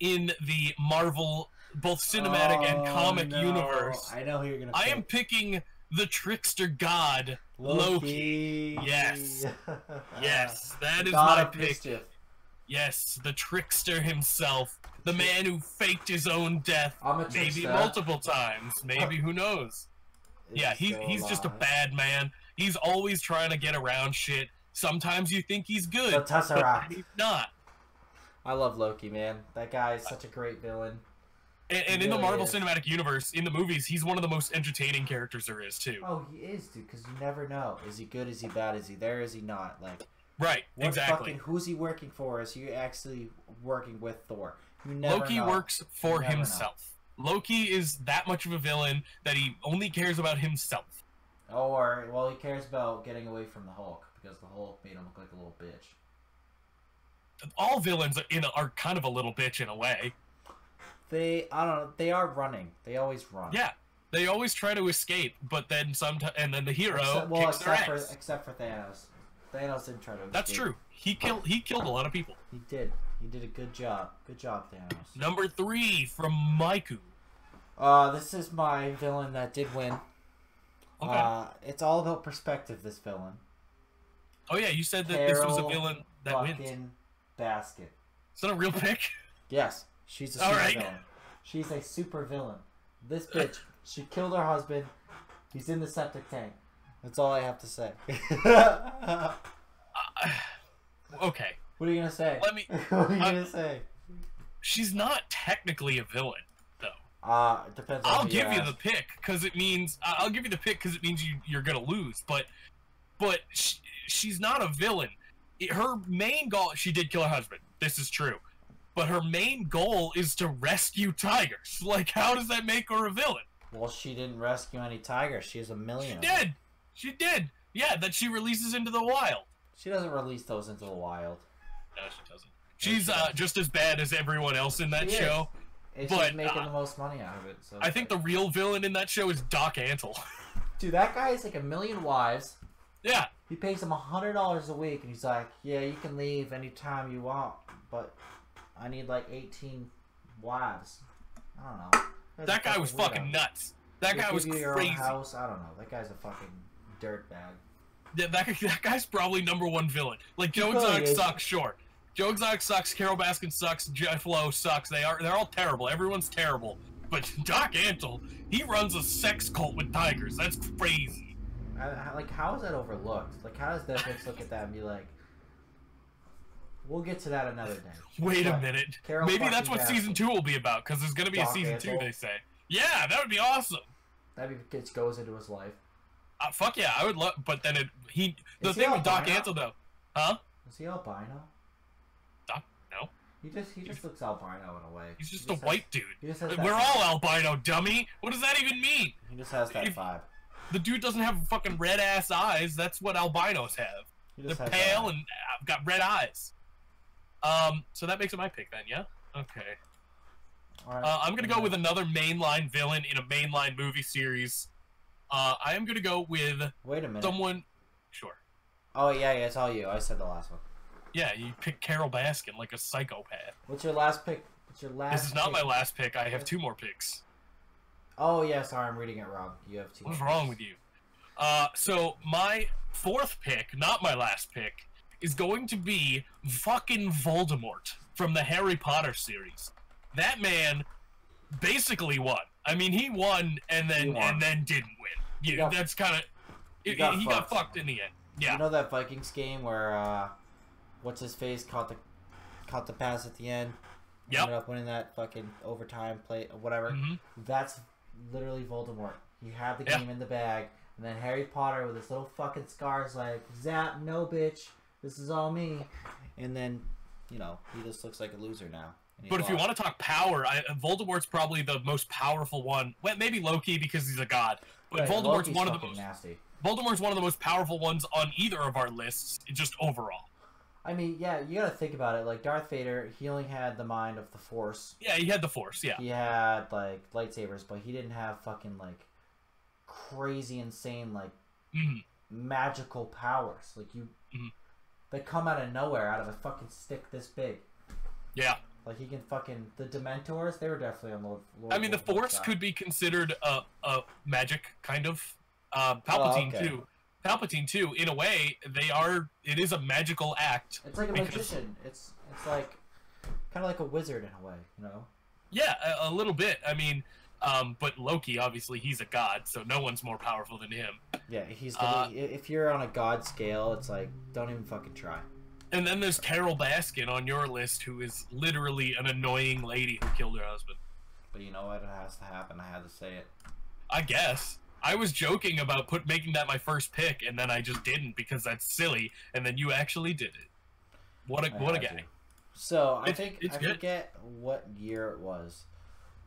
in the Marvel both cinematic and Oh, comic no. universe. I know who you're gonna. I pick. am picking the trickster god. Loki. Yes. Yes, that is Ah, God my of pick. mischief. Yes, the trickster himself, the man who faked his own death, I'm a maybe trickster. multiple times, maybe who knows. It's yeah, he's so he's just a lies. bad man. He's always trying to get around shit. Sometimes you think he's good, The but Tesseract. he's not. I love Loki, man. That guy is such a great villain. And, and He in the really Marvel is. Cinematic Universe, in the movies, he's one of the most entertaining characters there is too. Oh, he is, dude. Because you never know. Is he good? Is he bad? Is he there? Is he not? Like, Right, what exactly. fucking? Who's he working for? Is he actually working with Thor? You never Loki know. works for never know. himself. Loki is that much of a villain that he only cares about himself. Or well, he cares about getting away from the Hulk because the Hulk made him look like a little bitch. All villains are, in a, are kind of a little bitch in a way. They, I don't know. They are running. They always run. Yeah, they always try to escape, but then sometimes, and then the hero Except, well, kicks their except for ass. except for Thanos. Thanos didn't try to. That's escape. true. He killed. He killed a lot of people. He did. He did a good job. Good job, Thanos. Number three from Maiku. Uh, this is my villain that did win. Okay. Uh, it's all about perspective. This villain. oh yeah, you said that this was a Carol villain that fucking wins. basket. Is that a real pick? Yes, she's a All super right. villain. She's a super villain. This bitch, she killed her husband. He's in the septic tank. That's all I have to say. what Okay. are you gonna say? Let me- what are you I- gonna say? She's not technically a villain, though. Uh, it depends. On I'll who give you ask. the pick because it means I- I'll give you the pick because it means you you're gonna lose. But but sh she's not a villain. It- her main goal she did kill her husband. This is true. But her main goal is to rescue tigers. Like how does that make her a villain? Well, she didn't rescue any tigers. She has a She million. of them. did. She did. Yeah, that she releases into the wild. She doesn't release those into the wild. No, she doesn't. She's uh, just as bad as everyone else in that She is. show. And But, she's making uh, the most money out of it. So I think the real villain in that show is Doc Antle. dude, that guy has like a million wives. yeah, He pays him a hundred dollars a week, and he's like, "Yeah, you can leave anytime you want, but I need like eighteen wives." I don't know. That's that a guy was weirdo. fucking nuts. That They guy give was you your own crazy. house. I don't know. That guy's a fucking dirtbag. Yeah, that, guy- that guy's probably number one villain. Like Joe probably Exotic is. sucks, sure. Joe Exotic sucks. Carol Baskin sucks. Jeff Lowe sucks. They are they're all terrible. Everyone's terrible. But Doc Antle, he runs a sex cult with tigers. That's crazy. I, I- like, how is that overlooked? Like, how does Netflix look at that and be like, "We'll get to that another day." Wait a But minute. Carol Maybe that's fucking what Baskin. season two will be about because there's gonna be a Doc season two. Antle. They say. Yeah, that would be awesome. That bitch goes into his life. Uh, fuck yeah, I would love. But then it he the Is he thing with Doc albino? Antle though, huh? Is he albino? Doc, no, He just he just looks albino in a way. he's just He a has- white dude. He just has that We're vibe. all albino, dummy. What does that even mean? He just has that if- vibe. The dude doesn't have fucking red ass eyes. That's what albinos have. He They're just has uh, pale that. and I've got red eyes. Um, so that makes it my pick then, yeah. Okay. All right. Uh, I'm gonna go with another mainline villain in a mainline movie series. Uh, I am gonna go with Wait a minute. someone. Sure. Oh yeah, yeah, it's all you. I said the last one. Yeah, you pick Carol Baskin like a psychopath. What's your last pick? What's your last? This is not my pick? last pick. I have two more picks. Oh yeah, sorry, I'm reading it wrong. You have two. What's wrong with you? Uh, so my fourth pick, not my last pick, is going to be fucking Voldemort from the Harry Potter series. That man basically won. I mean, he won and He then won. and then didn't win. You, got- that's kind of he he, got got, fucked. fucked in the end. Yeah, You know that Vikings game where uh, what's his face caught the caught the pass at the end. Yep. Ended up winning that fucking overtime play, whatever. Mhm. That's literally Voldemort. He had the Yeah. game in the bag, and then Harry Potter with his little fucking scars, like zap, no bitch, this is all me. And then, you know, he just looks like a loser now. and he but if you lost. want to talk power, I, Voldemort's probably the most powerful one. Well, maybe Loki because he's a god, but Right, Voldemort's Loki's one of the fucking most. nasty. Voldemort's one of the most powerful ones on either of our lists, just overall. I mean, yeah, you gotta think about it. Like Darth Vader, he only had the mind of the Force. Yeah, he had the force. Yeah, He had like lightsabers, but he didn't have fucking like crazy, insane, like Mhm. magical powers. Like you, Mhm. they come out of nowhere, out of a fucking stick this big. yeah. Like he can fucking the Dementors. They were definitely on Lord. Lord I mean, the Voldemort's force side. could be considered a uh, uh, magic kind of. Uh, Palpatine Oh, okay. too. Palpatine too. In a way, they are. It is a magical act. It's like a because- magician. It's it's like kind of like a wizard in a way, you know. Yeah, a, a little bit. I mean, um, but Loki, obviously, he's a god, so no one's more powerful than him. Yeah, he's the, Uh, if you're on a god scale, it's like don't even fucking try. And then there's Carol Baskin on your list, who is literally an annoying lady who killed her husband. But you know what? It has to happen. I had to say it. I guess. I was joking about put making that my first pick, and then I just didn't because that's silly. And then you actually did it. What a I what a had guy! to. So I It's- think it's I good. forget what year it was,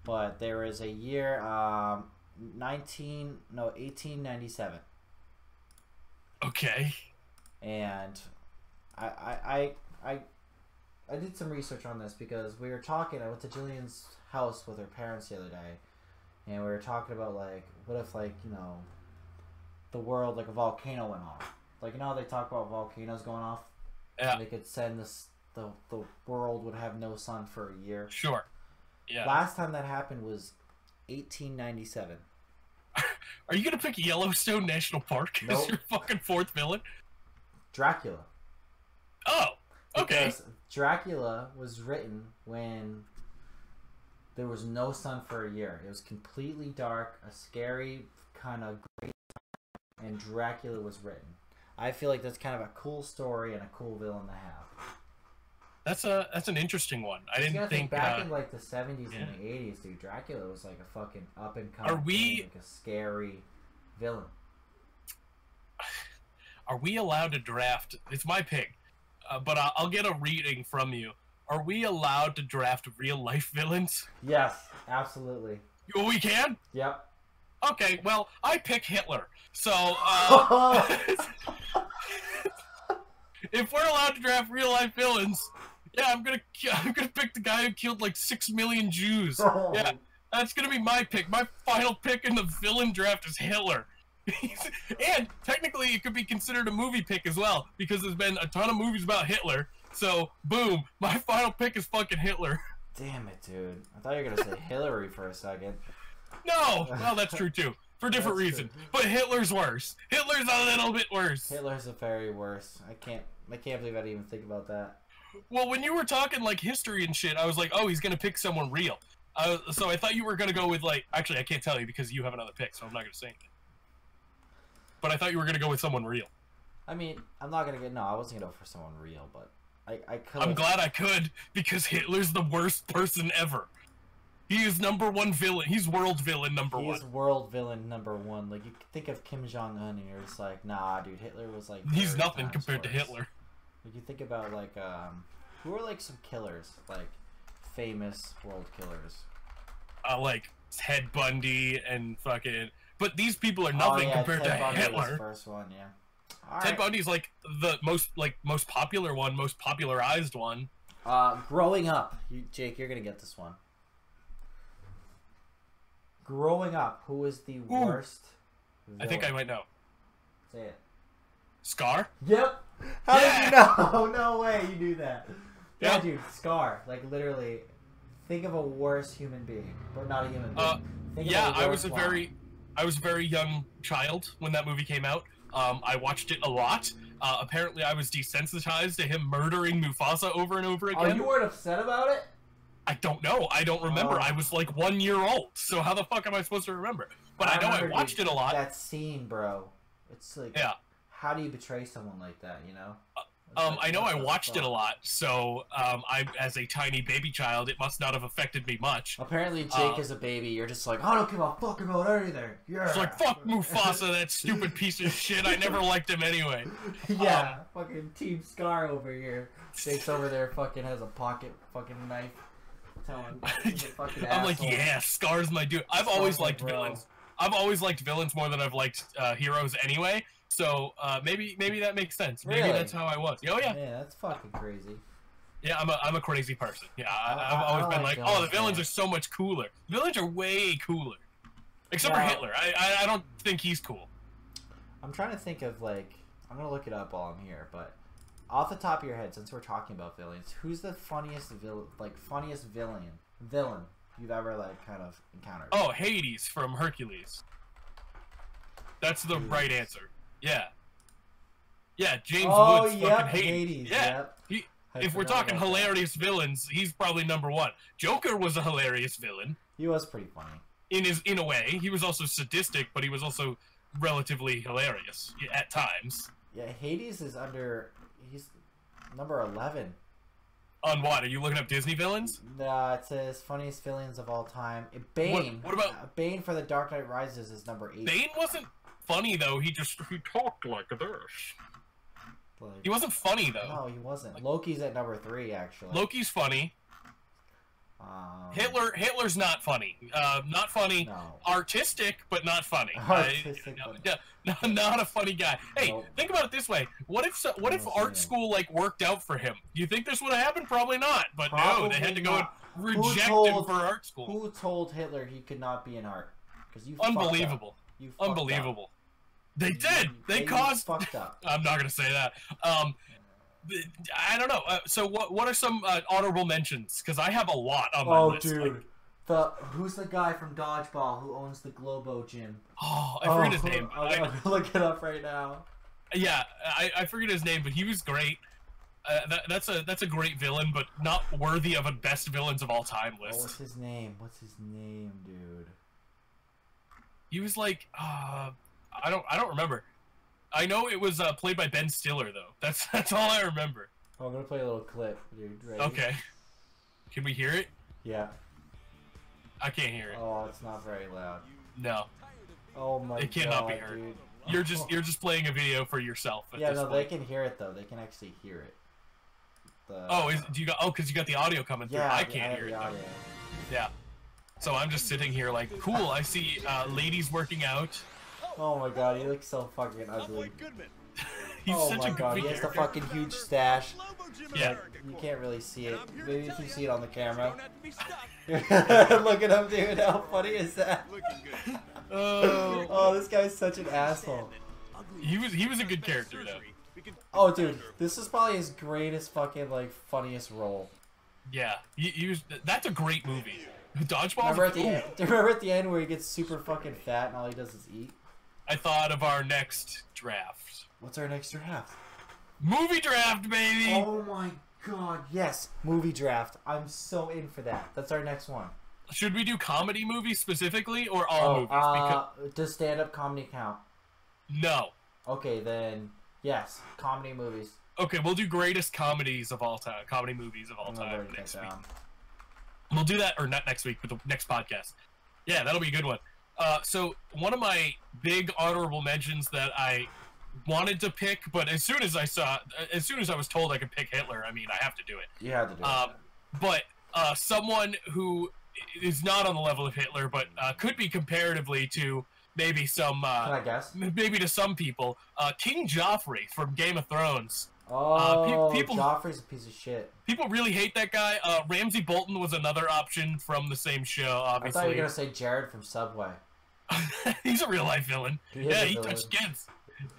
but there was a year, um, nineteen no eighteen ninety seven, Okay. and I I I. I I did some research on this because we were talking. I went to Jillian's house with her parents the other day, and we were talking about like, what if like you know, the world like a volcano went off. Like you know, how they talk about volcanoes going off. Yeah. And they could send this. The the world would have no sun for a year. Sure. Yeah. Last time that happened was 1897. Are you gonna pick Yellowstone National Park as Nope. your fucking fourth villain? Dracula. Oh. Okay. Because Dracula was written when there was no sun for a year. It was completely dark, a scary kind of great time, and Dracula was written. I feel like that's kind of a cool story and a cool villain to have. That's a that's an interesting one. I You didn't gotta think. back Uh, in like the 70s yeah. and the 80s, dude. Dracula was like a fucking up and coming, Are we- like a scary villain. are we allowed to draft? It's my pick, uh, but I'll, I'll get a reading from you. Are we allowed to draft real life villains? Yes, absolutely. Oh, We can. Yep. Okay. Well, I pick Hitler. So. Uh, Oh, if we're allowed to draft real life villains, yeah, I'm gonna ki- I'm gonna pick the guy who killed like six million Jews. Yeah, that's gonna be my pick. My final pick in the villain draft is Hitler. and technically, it could be considered a movie pick as well because there's been a ton of movies about Hitler. So, boom, my final pick is fucking Hitler. Damn it, dude. I thought you were gonna say Hillary for a second. No, well, that's true too, for different That's true. reason. But Hitler's worse. Hitler's a little bit worse. Hitler's the very worst. I can't. I can't believe I didn't even think about that. Well, when you were talking like history and shit, I was like, oh, he's gonna pick someone real. Uh, so I thought you were gonna go with like, actually, I can't tell you because you have another pick, so I'm not gonna say anything. But I thought you were gonna go with someone real. I mean, I'm not gonna get. No, I wasn't gonna go for someone real, but I. I could. I'm glad I could because Hitler's the worst person ever. He is number one villain. He's world villain number He's one. world villain number one. Like you could think of Kim Jong Un, and you're just like, nah, dude. Hitler was like. He's 30 nothing times compared to worse. Hitler. Like you think about like um, who are like some killers, like famous world killers. Uh, like Ted Bundy and fucking. But these people are nothing oh, yeah, compared Ted to Bundy was Hitler. the first one, yeah. All Ted right. Bundy's like the most like most popular one, most popularized one. Uh, growing up, you, Jake, you're gonna get this one. Growing up, who is the worst? I think I villain? might know. Say it. Scar? Yep. How Yeah. did you know? No way you knew that. Yeah, Yeah. dude, Scar. Like literally, think of a worse human being, but not a human being. Uh, Think of yeah, a I worse was a one. very I was a very young child when that movie came out. Um, I watched it a lot. Uh, apparently I was desensitized to him murdering Mufasa over and over Oh, again. you weren't upset about it? I don't know. I don't remember. Oh. I was like 1 year old. So how the fuck am I supposed to remember? But I, know I remember, watched dude, it a lot. That scene, bro. It's like, Yeah. How do you betray someone like that? You know. It's Um, like, I know what I the watched it fuck? a lot, so um, I, as a tiny baby child, it must not have affected me much. Apparently, Jake Uh, is a baby. You're just like, I don't give a fuck about anything. Yeah. It's like fuck Mufasa, that stupid piece of shit. I never liked him anyway. yeah, fucking Team Scar over here. Jake's over there fucking has a pocket fucking knife. Telling he's a fucking I'm like, asshole. yeah, Scar's my dude. I've always Fucking liked bro. villains. I've always liked villains more than I've liked uh, heroes anyway. So uh, maybe maybe that makes sense. Maybe Really? that's how I was. Oh yeah, Yeah, that's fucking crazy. yeah. I'm a I'm a crazy person. Yeah, I, I- I've I always like been like, villains, oh, the villains man. are so much cooler. villains are way cooler, except Yeah. for Hitler. I, I I don't think he's cool. I'm trying to think of like, I'm gonna look it up while I'm here, but off the top of your head, since we're talking about villains, who's the funniest villain, like funniest villain, villain you've ever like kind of encountered? Oh, Hades from Hercules. That's the Hades. right answer. Yeah. Yeah, James Oh, Woods yep, fucking Hades. Hades, Yeah. yep. He- I if we're forgot talking about that. hilarious villains, he's probably number one. Joker was a hilarious villain he was pretty funny. in his in a way. He was also sadistic, but he was also relatively hilarious at times. Yeah, Hades is under. He's number eleven. On what? Are you looking up Disney villains? Nah, it says funniest villains of all time. Bane. what about- uh, Bane for The Dark Knight Rises is number eight. Bane wasn't funny though. He just he talked like this. Like- He wasn't funny though. no, he wasn't. Loki's at number three actually. Loki's funny. Um, Hitler Hitler's not funny. Uh, not funny. No. Artistic, but not funny. Uh, Artistic, no, but- yeah, no, not a funny guy. Hey, Nope. think about it this way: what if so, what if Honestly, art yeah. school like worked out for him? You think this would have happened? Probably not. But no, they had to go Probably and not. Who reject him told- for art school. Who told Hitler he could not be in art? Because you fucked up. Unbelievable. You fucked up. Unbelievable. They You- did. you- They caused. fucked up. I'm not gonna say that. Um, th- I don't know. Uh, so what? What are some uh, honorable mentions? Because I have a lot on my Oh, list. dude. Like, the who's the guy from Dodgeball who owns the Globo Gym? oh, I forget his name. I'm, I- gonna look it up right now. yeah, I, I forget his name, but he was great. Uh, that, that's a that's a great villain, but not worthy of a best villains of all time Oh, what's list. his name? What's his name, dude? He was like, uh, I don't I don't remember. I know it was uh, played by Ben Stiller though. That's that's all I remember. Oh, I'm gonna play a little clip, dude. Ready? Okay, can we hear it? Yeah. I can't hear it. Oh, it's not very loud. No, Oh my god. It cannot be heard. Dude. you're just you're just playing a video for yourself at Oh. Yeah, this no, they point. can hear it though. They can actually hear it. The... Oh, is, do you got? Oh, because you got the audio coming through. yeah. I the- can't have hear the it. though. audio. Yeah. So I'm just sitting here like, cool. I see uh, ladies working out. Oh my god, he looks so fucking ugly. Goodman. He's oh such my a god, good he has the character. fucking huge stash. Yeah. You can't really see it. Maybe if you see it on the camera. Don't have to be stuck. Look at him, dude. How funny is that? Looking good. Oh, Oh, this guy's such an asshole. he was he was a good character though. We can- Oh, dude, this is probably his greatest fucking like funniest role. Yeah, he, he was. That's a great movie. Dodgeball. Remember at the end, remember at the end where he gets super fucking fat and all he does is eat. I thought of our next draft. What's our next draft? Movie draft, baby. Oh my god, yes, movie draft. I'm so in for that. That's our next one. Should we do comedy movies specifically or all Oh, movies? uh, does stand-up comedy count? Because- no. Okay, then yes, comedy movies. Okay, we'll do greatest comedies of all time, comedy movies of all I'm gonna time write Uh, next that week. down. We'll do that, or not next week, but the next podcast. Yeah, that'll be a good one. Uh, so one of my big honorable mentions that I wanted to pick, but as soon as I saw, as soon as I was told I could pick Hitler, I mean, I have to do it. You had to do Um, but uh, someone who is not on the level of Hitler, but uh, could be comparatively to maybe some, it. Can uh, I guess? maybe to some people, uh, King Joffrey from Game of Thrones. Oh, pe- people- Joffrey's a piece of shit. People really hate that guy. Uh, Ramsey Bolton was another option from the same show, I obviously. thought you were gonna say Jared from Subway. he's a real life villain. He is yeah, a he villain. touched kids.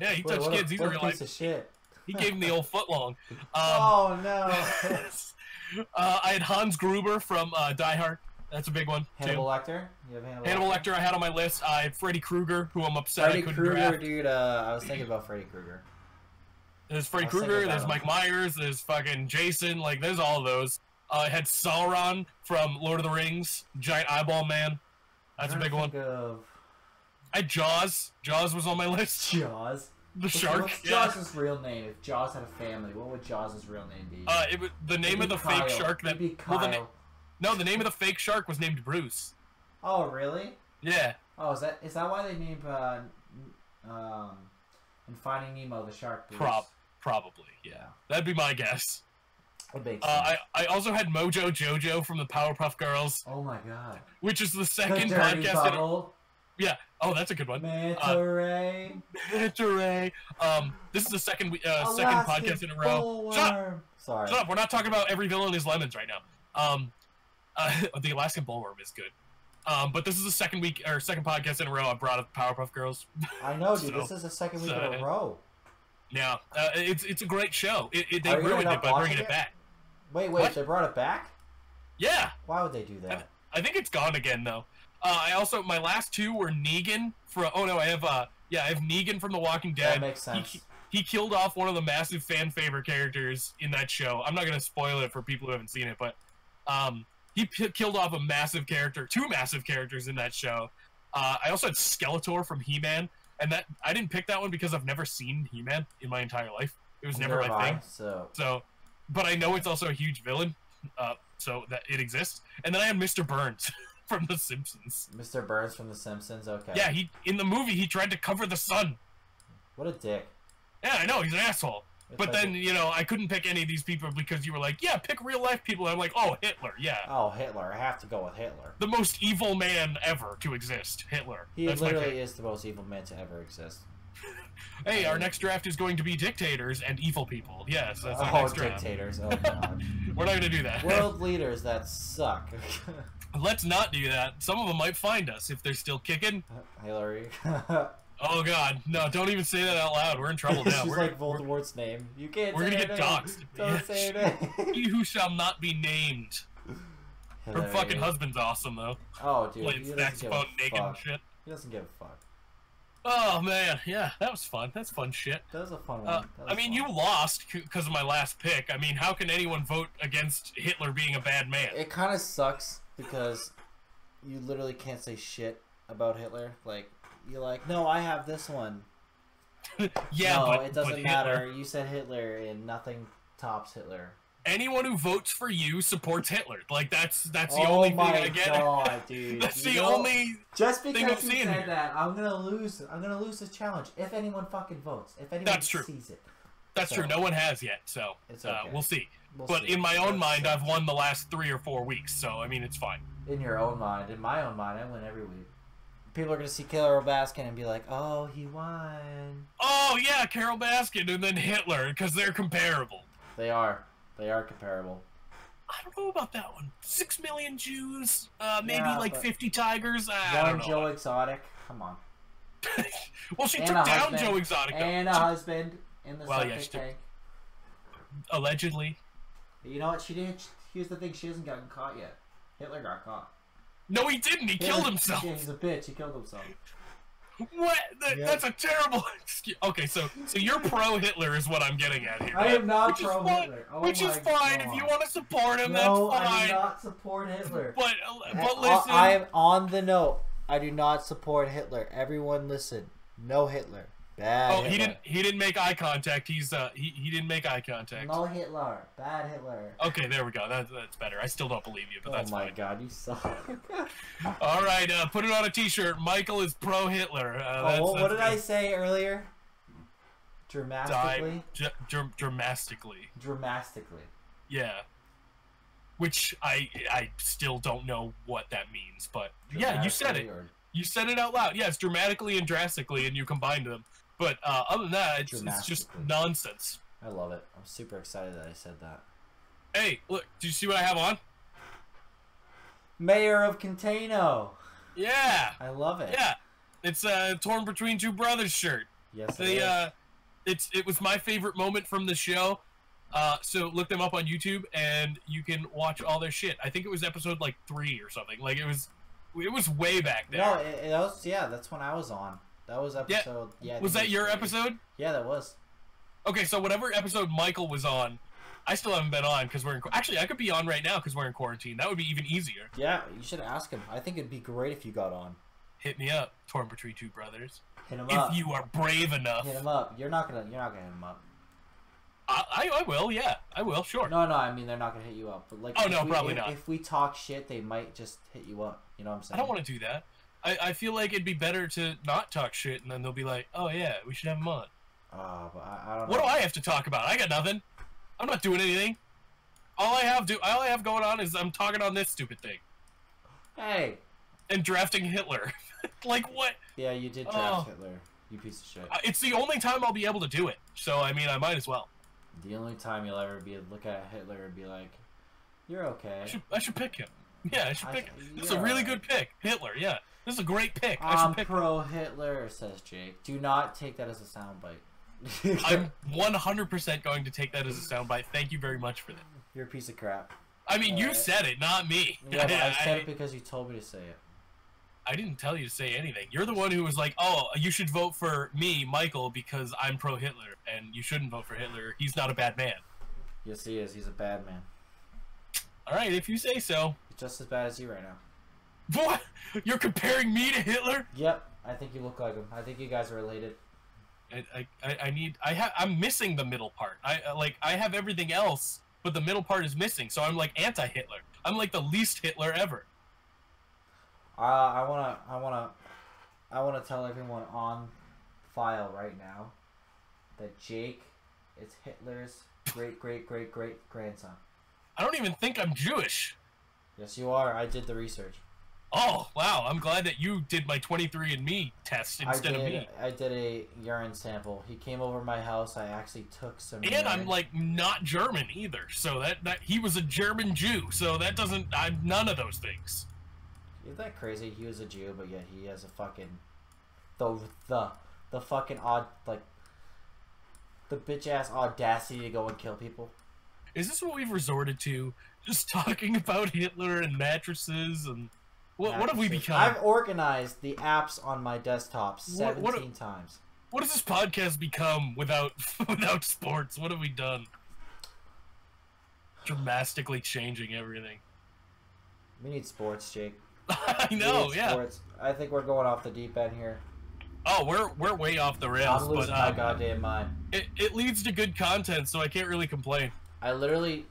Yeah, he Wait, touched what kids. he's a what real piece life. of shit. He gave him the old footlong. Um, oh no. uh, I had Hans Gruber from uh, Die Hard. That's a big one too. Hannibal Lecter. You have Hannibal. Hannibal Lecter I had on my list. I had Freddy Krueger, who I'm upset I Freddy couldn't Krueger, draft. dude. Uh, I was thinking about Freddy Krueger. There's Freddy I was thinking Krueger. about There's him. Mike Myers. There's fucking Jason. Like there's all those. Uh, I had Sauron from Lord of the Rings. Giant Eyeball Man. That's a I'm big trying one. to think Of I had Jaws. Jaws was on my list. Jaws. The What's- shark. What's Yeah. Jaws' real name? If Jaws had a family, what would Jaws' real name be? Uh, it was the name It'd of be the Kyle. fake shark that. It'd be well, Kyle. the na- no, the name of the fake shark was named Bruce. oh really? Yeah. Oh, is that is that why they named uh, um, in Finding Nemo the shark? Bruce? Prob- probably. Yeah. That'd be my guess. It makes Uh, sense. I I also had Mojo Jojo from the Powerpuff Girls, oh my god. which is the The second Dirty podcast. In- Bubble, yeah. Oh, that's a good one. Manta Ray, Hooray. um, this is the second we- uh, second Alaskan podcast in a row. Shut up! Bullworm. Sorry. Shut up! We're not talking about every villain is lemons right now. Um, uh, the Alaskan Bullworm is good. Um, but this is the second week or second podcast in a row I brought up Powerpuff Girls. I know, dude. So- this is the second week in so- a row. Yeah, uh, it's it's a great show. It, it, they Are you ruined not it by bringing watching it? it? back. Wait, wait. What? They brought it back. Yeah, Why would they do that? I think it's gone again though. Uh, I also my last two were Negan from. Oh no, I have uh yeah I have Negan from The Walking Dead. That makes sense. He, he killed off one of the massive fan favorite characters in that show. I'm not gonna spoil it for people who haven't seen it, but um he p- killed off a massive character, two massive characters in that show. Uh, I also had Skeletor from He-Man, and that I didn't pick that one because I've never seen He-Man in my entire life. It was never Never my thing. mind, So So but I know it's also a huge villain, uh, so that it exists. And then I have Mr. Burns from The Simpsons. Mr. Burns from The Simpsons. Okay. Yeah, he in the movie he tried to cover the sun. What a dick. Yeah, I know he's an asshole. It's But like- then you know I couldn't pick any of these people because you were like, yeah, pick real life people. And I'm like, oh, Hitler, yeah, oh Hitler, I have to go with Hitler. the most evil man ever to exist, Hitler. He That's my pick. literally is the most evil man to ever exist. Hey, our next draft is going to be dictators and evil people. Yes, that's our oh, next draft. dictators! Oh god, We're not gonna do that. world leaders that suck. Let's not do that. Some of them might find us if they're still kicking. Hillary. Oh God, no! Don't even say that out loud. We're in trouble now. She's We're, like we're- Voldemort's name. You can't. we're say gonna her get name. doxxed. Don't Yeah. say her name. he who shall not be named. Her Hillary. fucking husband's awesome though. Oh, dude, he Playing doesn't give saxophone a naked fuck. and shit. He doesn't give a fuck. Oh man, yeah, that was fun. That's fun shit. That was a fun one. Uh, That I was mean, fun. you lost because of my last pick. I mean, how can anyone vote against Hitler being a bad man? It kind of sucks because you literally can't say shit about Hitler. Like you're like, no, I have this one. yeah, no, but it doesn't but Hitler- matter. You said Hitler, and nothing tops Hitler. anyone who votes for you supports Hitler. Like that's that's the oh only thing my I get. god, dude! That's You the know- only. Just thing because I've you seen said here. that, I'm gonna lose. I'm gonna lose this challenge if anyone fucking votes. If anyone That's true. sees it, That's So- true. No one has yet, so It's uh, okay. we'll see. We'll but see. in my own That's- mind, I've won the last three or four weeks, so I mean, it's fine. in your own mind, in my own mind, I win every week. People are gonna see Killer Baskin and be like, "Oh, he won." Oh yeah, Carol Baskin and then Hitler because they're comparable. They are. They are comparable. I don't know about that one. Six million Jews, uh, maybe Yeah, like but- fifty tigers. I One don't know. Joe Exotic. Come on. well, she and took a down husband, Joe Exotic though. And a husband in the Well, yeah, septic she took- tank. allegedly. You know what? She didn't. Here's the thing. She hasn't gotten caught yet. Hitler got caught. No, he didn't. He killed Hitler- himself. Yeah, he's a bitch. He killed himself. What? That, Yeah. That's a terrible. excuse- Okay, so so you're pro Hitler is what I'm getting at here. I am not which is pro fine- Hitler. Oh which is my fine if God. you want to support him. no, I that's fine. do not support Hitler. But uh, but I- listen, I am on the note. I do not support Hitler. Everyone, listen. No Hitler. Bad. oh, Hitler. he didn't he didn't make eye contact. He's uh he, he didn't make eye contact. No Hitler. Bad Hitler. Okay, there we go. That, that's better. I still don't believe you, but Oh that's my fine. God, you suck. All right, uh, put it on a T-shirt. Michael is pro Hitler. Uh, that's- oh, what, what did I that's say earlier? good. Dramatically. Died dr- dr- dramatically. Dramatically. Yeah. Which I I still don't know what that means, but yeah, you said it. Dramatically or You said it out loud. Yes, dramatically and drastically, and you combined them. But uh, other than that, it's, it's just Dramatically. nonsense. I love it. I'm super excited that I said that. Hey, look, do you see what I have on? Mayor of Containo. Yeah, I love it. yeah. It's uh, torn between two brothers shirt. Yes, it They is. uh, it's it was my favorite moment from the show. Uh, so look them up on YouTube, and you can watch all their shit. I think it was episode like three or something. Like it was, it was way back there. No, it, it, that was yeah. That's when I was on. That was episode. Yeah. I think was it that your three. episode? Yeah, that was. Okay, so whatever episode Michael was on, I still haven't been on because we're in. qu- Actually, I could be on right now because we're in quarantine. That would be even easier. Yeah, you should ask him. I think it'd be great if you got on. Hit me up, Torn Between Two Brothers. Hit him up. If you are brave enough, Hit him up. You're not gonna. You're not gonna hit him up. I, I, I will. Yeah, I will. Sure. No, no. I mean, they're not gonna hit you up. But like, Oh, if no, we, probably if, not. If we talk shit, they might just hit you up. You know what I'm saying? I don't want to do that. I, I feel like it'd be better to not talk shit, and then they'll be like, "Oh yeah, we should have him on." Uh, but I, I don't. What know. do I have to talk about? I got nothing. I'm not doing anything. All I have do all I have going on is I'm talking on this stupid thing Hey. and drafting Hitler. like what? Yeah, you did draft Oh. Hitler. You piece of shit. Uh, It's the only time I'll be able to do it. So I mean, I might as well. The only time you'll ever be look at Hitler and be like, "You're okay." I should, I should pick him. Yeah, I should I- pick him. This is yeah. Um, a really good pick. Hitler, yeah. This is a great pick. I I'm should pick pro Hitler, says Jake. Do not take that as a soundbite. I'm 100% going to take that as a soundbite. Thank you very much for that. You're a piece of crap. I mean, you Alright. said it, not me. Yeah, but I I, said it because you told me to say it. I didn't tell you to say anything. You're the one who was like, oh, you should vote for me, Michael, because I'm pro Hitler, and you shouldn't vote for Hitler. He's not a bad man. Yes, he is. He's a bad man. All right, if you say so. He's just as bad as you right now. What? You're comparing me to Hitler? Yep, I think you look like him. I think you guys are related. uh, I, I, I- I need I have I'm missing the middle part. I I- like I have everything else but the middle part is missing. So I'm like anti-Hitler. I'm like the least Hitler ever. Uh, I wanna, I wanna, I wanna tell everyone on file right now that Jake is Hitler's great, great, great, great grandson. I don't even think I'm Jewish. Yes, you are. I did the research. Oh wow! I'm glad that you did my 23andMe test instead I of did, me. I did a urine sample. He came over my house. I actually took some. urine. And I'm like not German either. So that that he was a German Jew. So that doesn't. I'm none of those things. Isn't that crazy? He was a Jew, but yet he has a fucking the the the fucking odd like the bitch ass audacity to go and kill people. Is this what we've resorted to? Just talking about Hitler and mattresses and what? What have we Mattresses. become? I've organized the apps on my desktop What- seventeen what- times. What does this podcast become without without sports? What have we done? Dramatically changing everything. We need sports, Jake. I We know. need Oh, Yeah. Sports. I think we're going off the deep end here. Oh, we're we're way off the rails, I'm but losing my um, goddamn mind. it, it leads to good content, so I can't really complain. I literally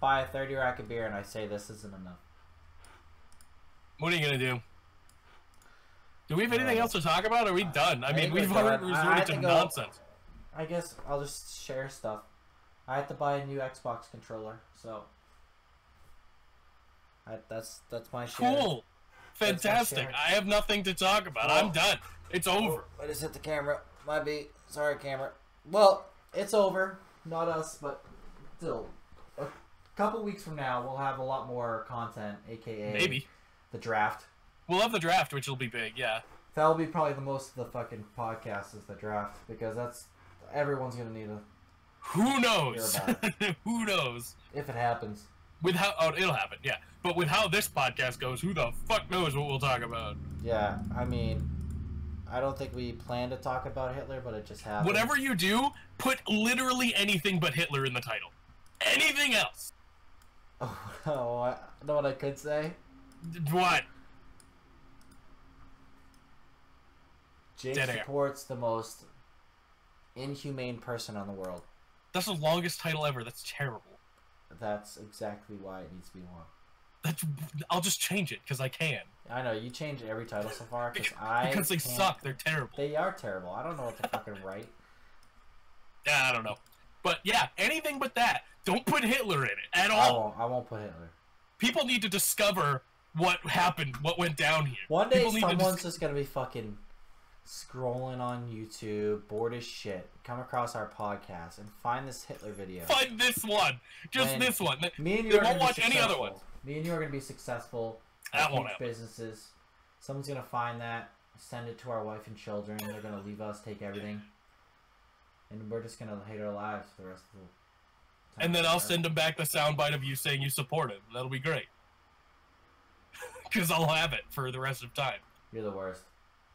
buy a thirty rack of beer and I say this isn't enough. What are you gonna do? Do we have anything Uh, else to talk about? Are we done? I, I mean, think we're we've already done. I- I resorted to think I'll- nonsense. I guess I'll just share stuff. I had to buy a new Xbox controller, so I, that's that's my share. Cool, That's my fantastic. share. I have nothing to talk about. Well- I'm done. It's over. I just hit the camera. My be sorry, camera. Well, it's over. Not us, but still, a couple weeks from now we'll have a lot more content, aka Maybe the draft. we'll have the draft, which will be big. Yeah. That'll be probably the most of the fucking podcast is the draft because that's everyone's gonna need a Who knows? Hear about who knows? if it happens. With how oh, it'll happen, yeah. But with how this podcast goes, who the fuck knows what we'll talk about? Yeah, I mean, I don't think we planned to talk about Hitler, but it just happened. Whatever you do, put literally anything but Hitler in the title. Anything else? Oh, no, I know what I could say. D- What? Jake Dead air. supports the most inhumane person on the world. That's the longest title ever. That's terrible. That's exactly why it needs to be long. That's. I'll just change it because I can. I know you changed every title so far because I because they can't- suck. They're terrible. They are terrible. I don't know what to fucking write. Yeah, I don't know. But yeah, anything but that. Don't put Hitler in it at I all. won't. I won't put Hitler. People need to discover what happened, what went down here. One day People need to someone's dis- just gonna be fucking scrolling on YouTube, bored as shit, come across our podcast and find this Hitler video. find this one, just Man. this one. Me and you They are gonna won't be watch any other successful. ones. Me and you are going to be successful. That Huge won't happen. Businesses. Someone's going to find that, send it to our wife and children. They're going to leave us, take everything, and we're just going to hate our lives for the rest of the. time. And then I'll send them back the soundbite of you saying you support it. That'll be great. Because I'll have it for the rest of time. You're the worst.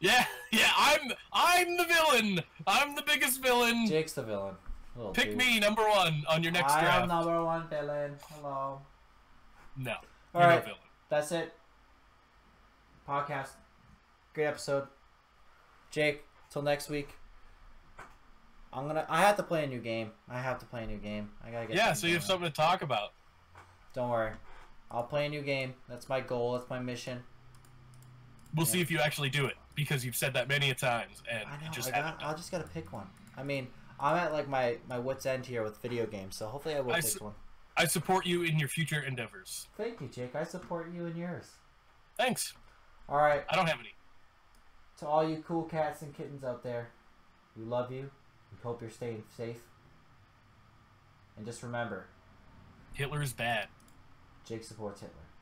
Yeah, yeah. I'm I'm the villain. I'm the biggest villain. Jake's the villain. Little Pick dude. me number one on your next I am draft. number one villain. Hello. No, All you're right. no villain. That's it. Podcast. Great episode. Jake, till next week. I'm gonna I have to play a new game. I have to play a new game. I gotta get Yeah, so you have going. something to talk about. Don't worry. I'll play a new game. That's my goal, that's my mission. We'll see if you actually do it because you've said that many a times and I you know, just I, haven't. got, I just gotta pick one. I mean, I'm at like my, my wits end here with video games, so hopefully I will I pick s- one. I support you in your future endeavors. Thank you, Jake. I support you and yours. Thanks. Alright, I don't have any. to all you cool cats and kittens out there, we love you. We hope you're staying safe. And just remember, Hitler is bad. Um, Jake supports Hitler.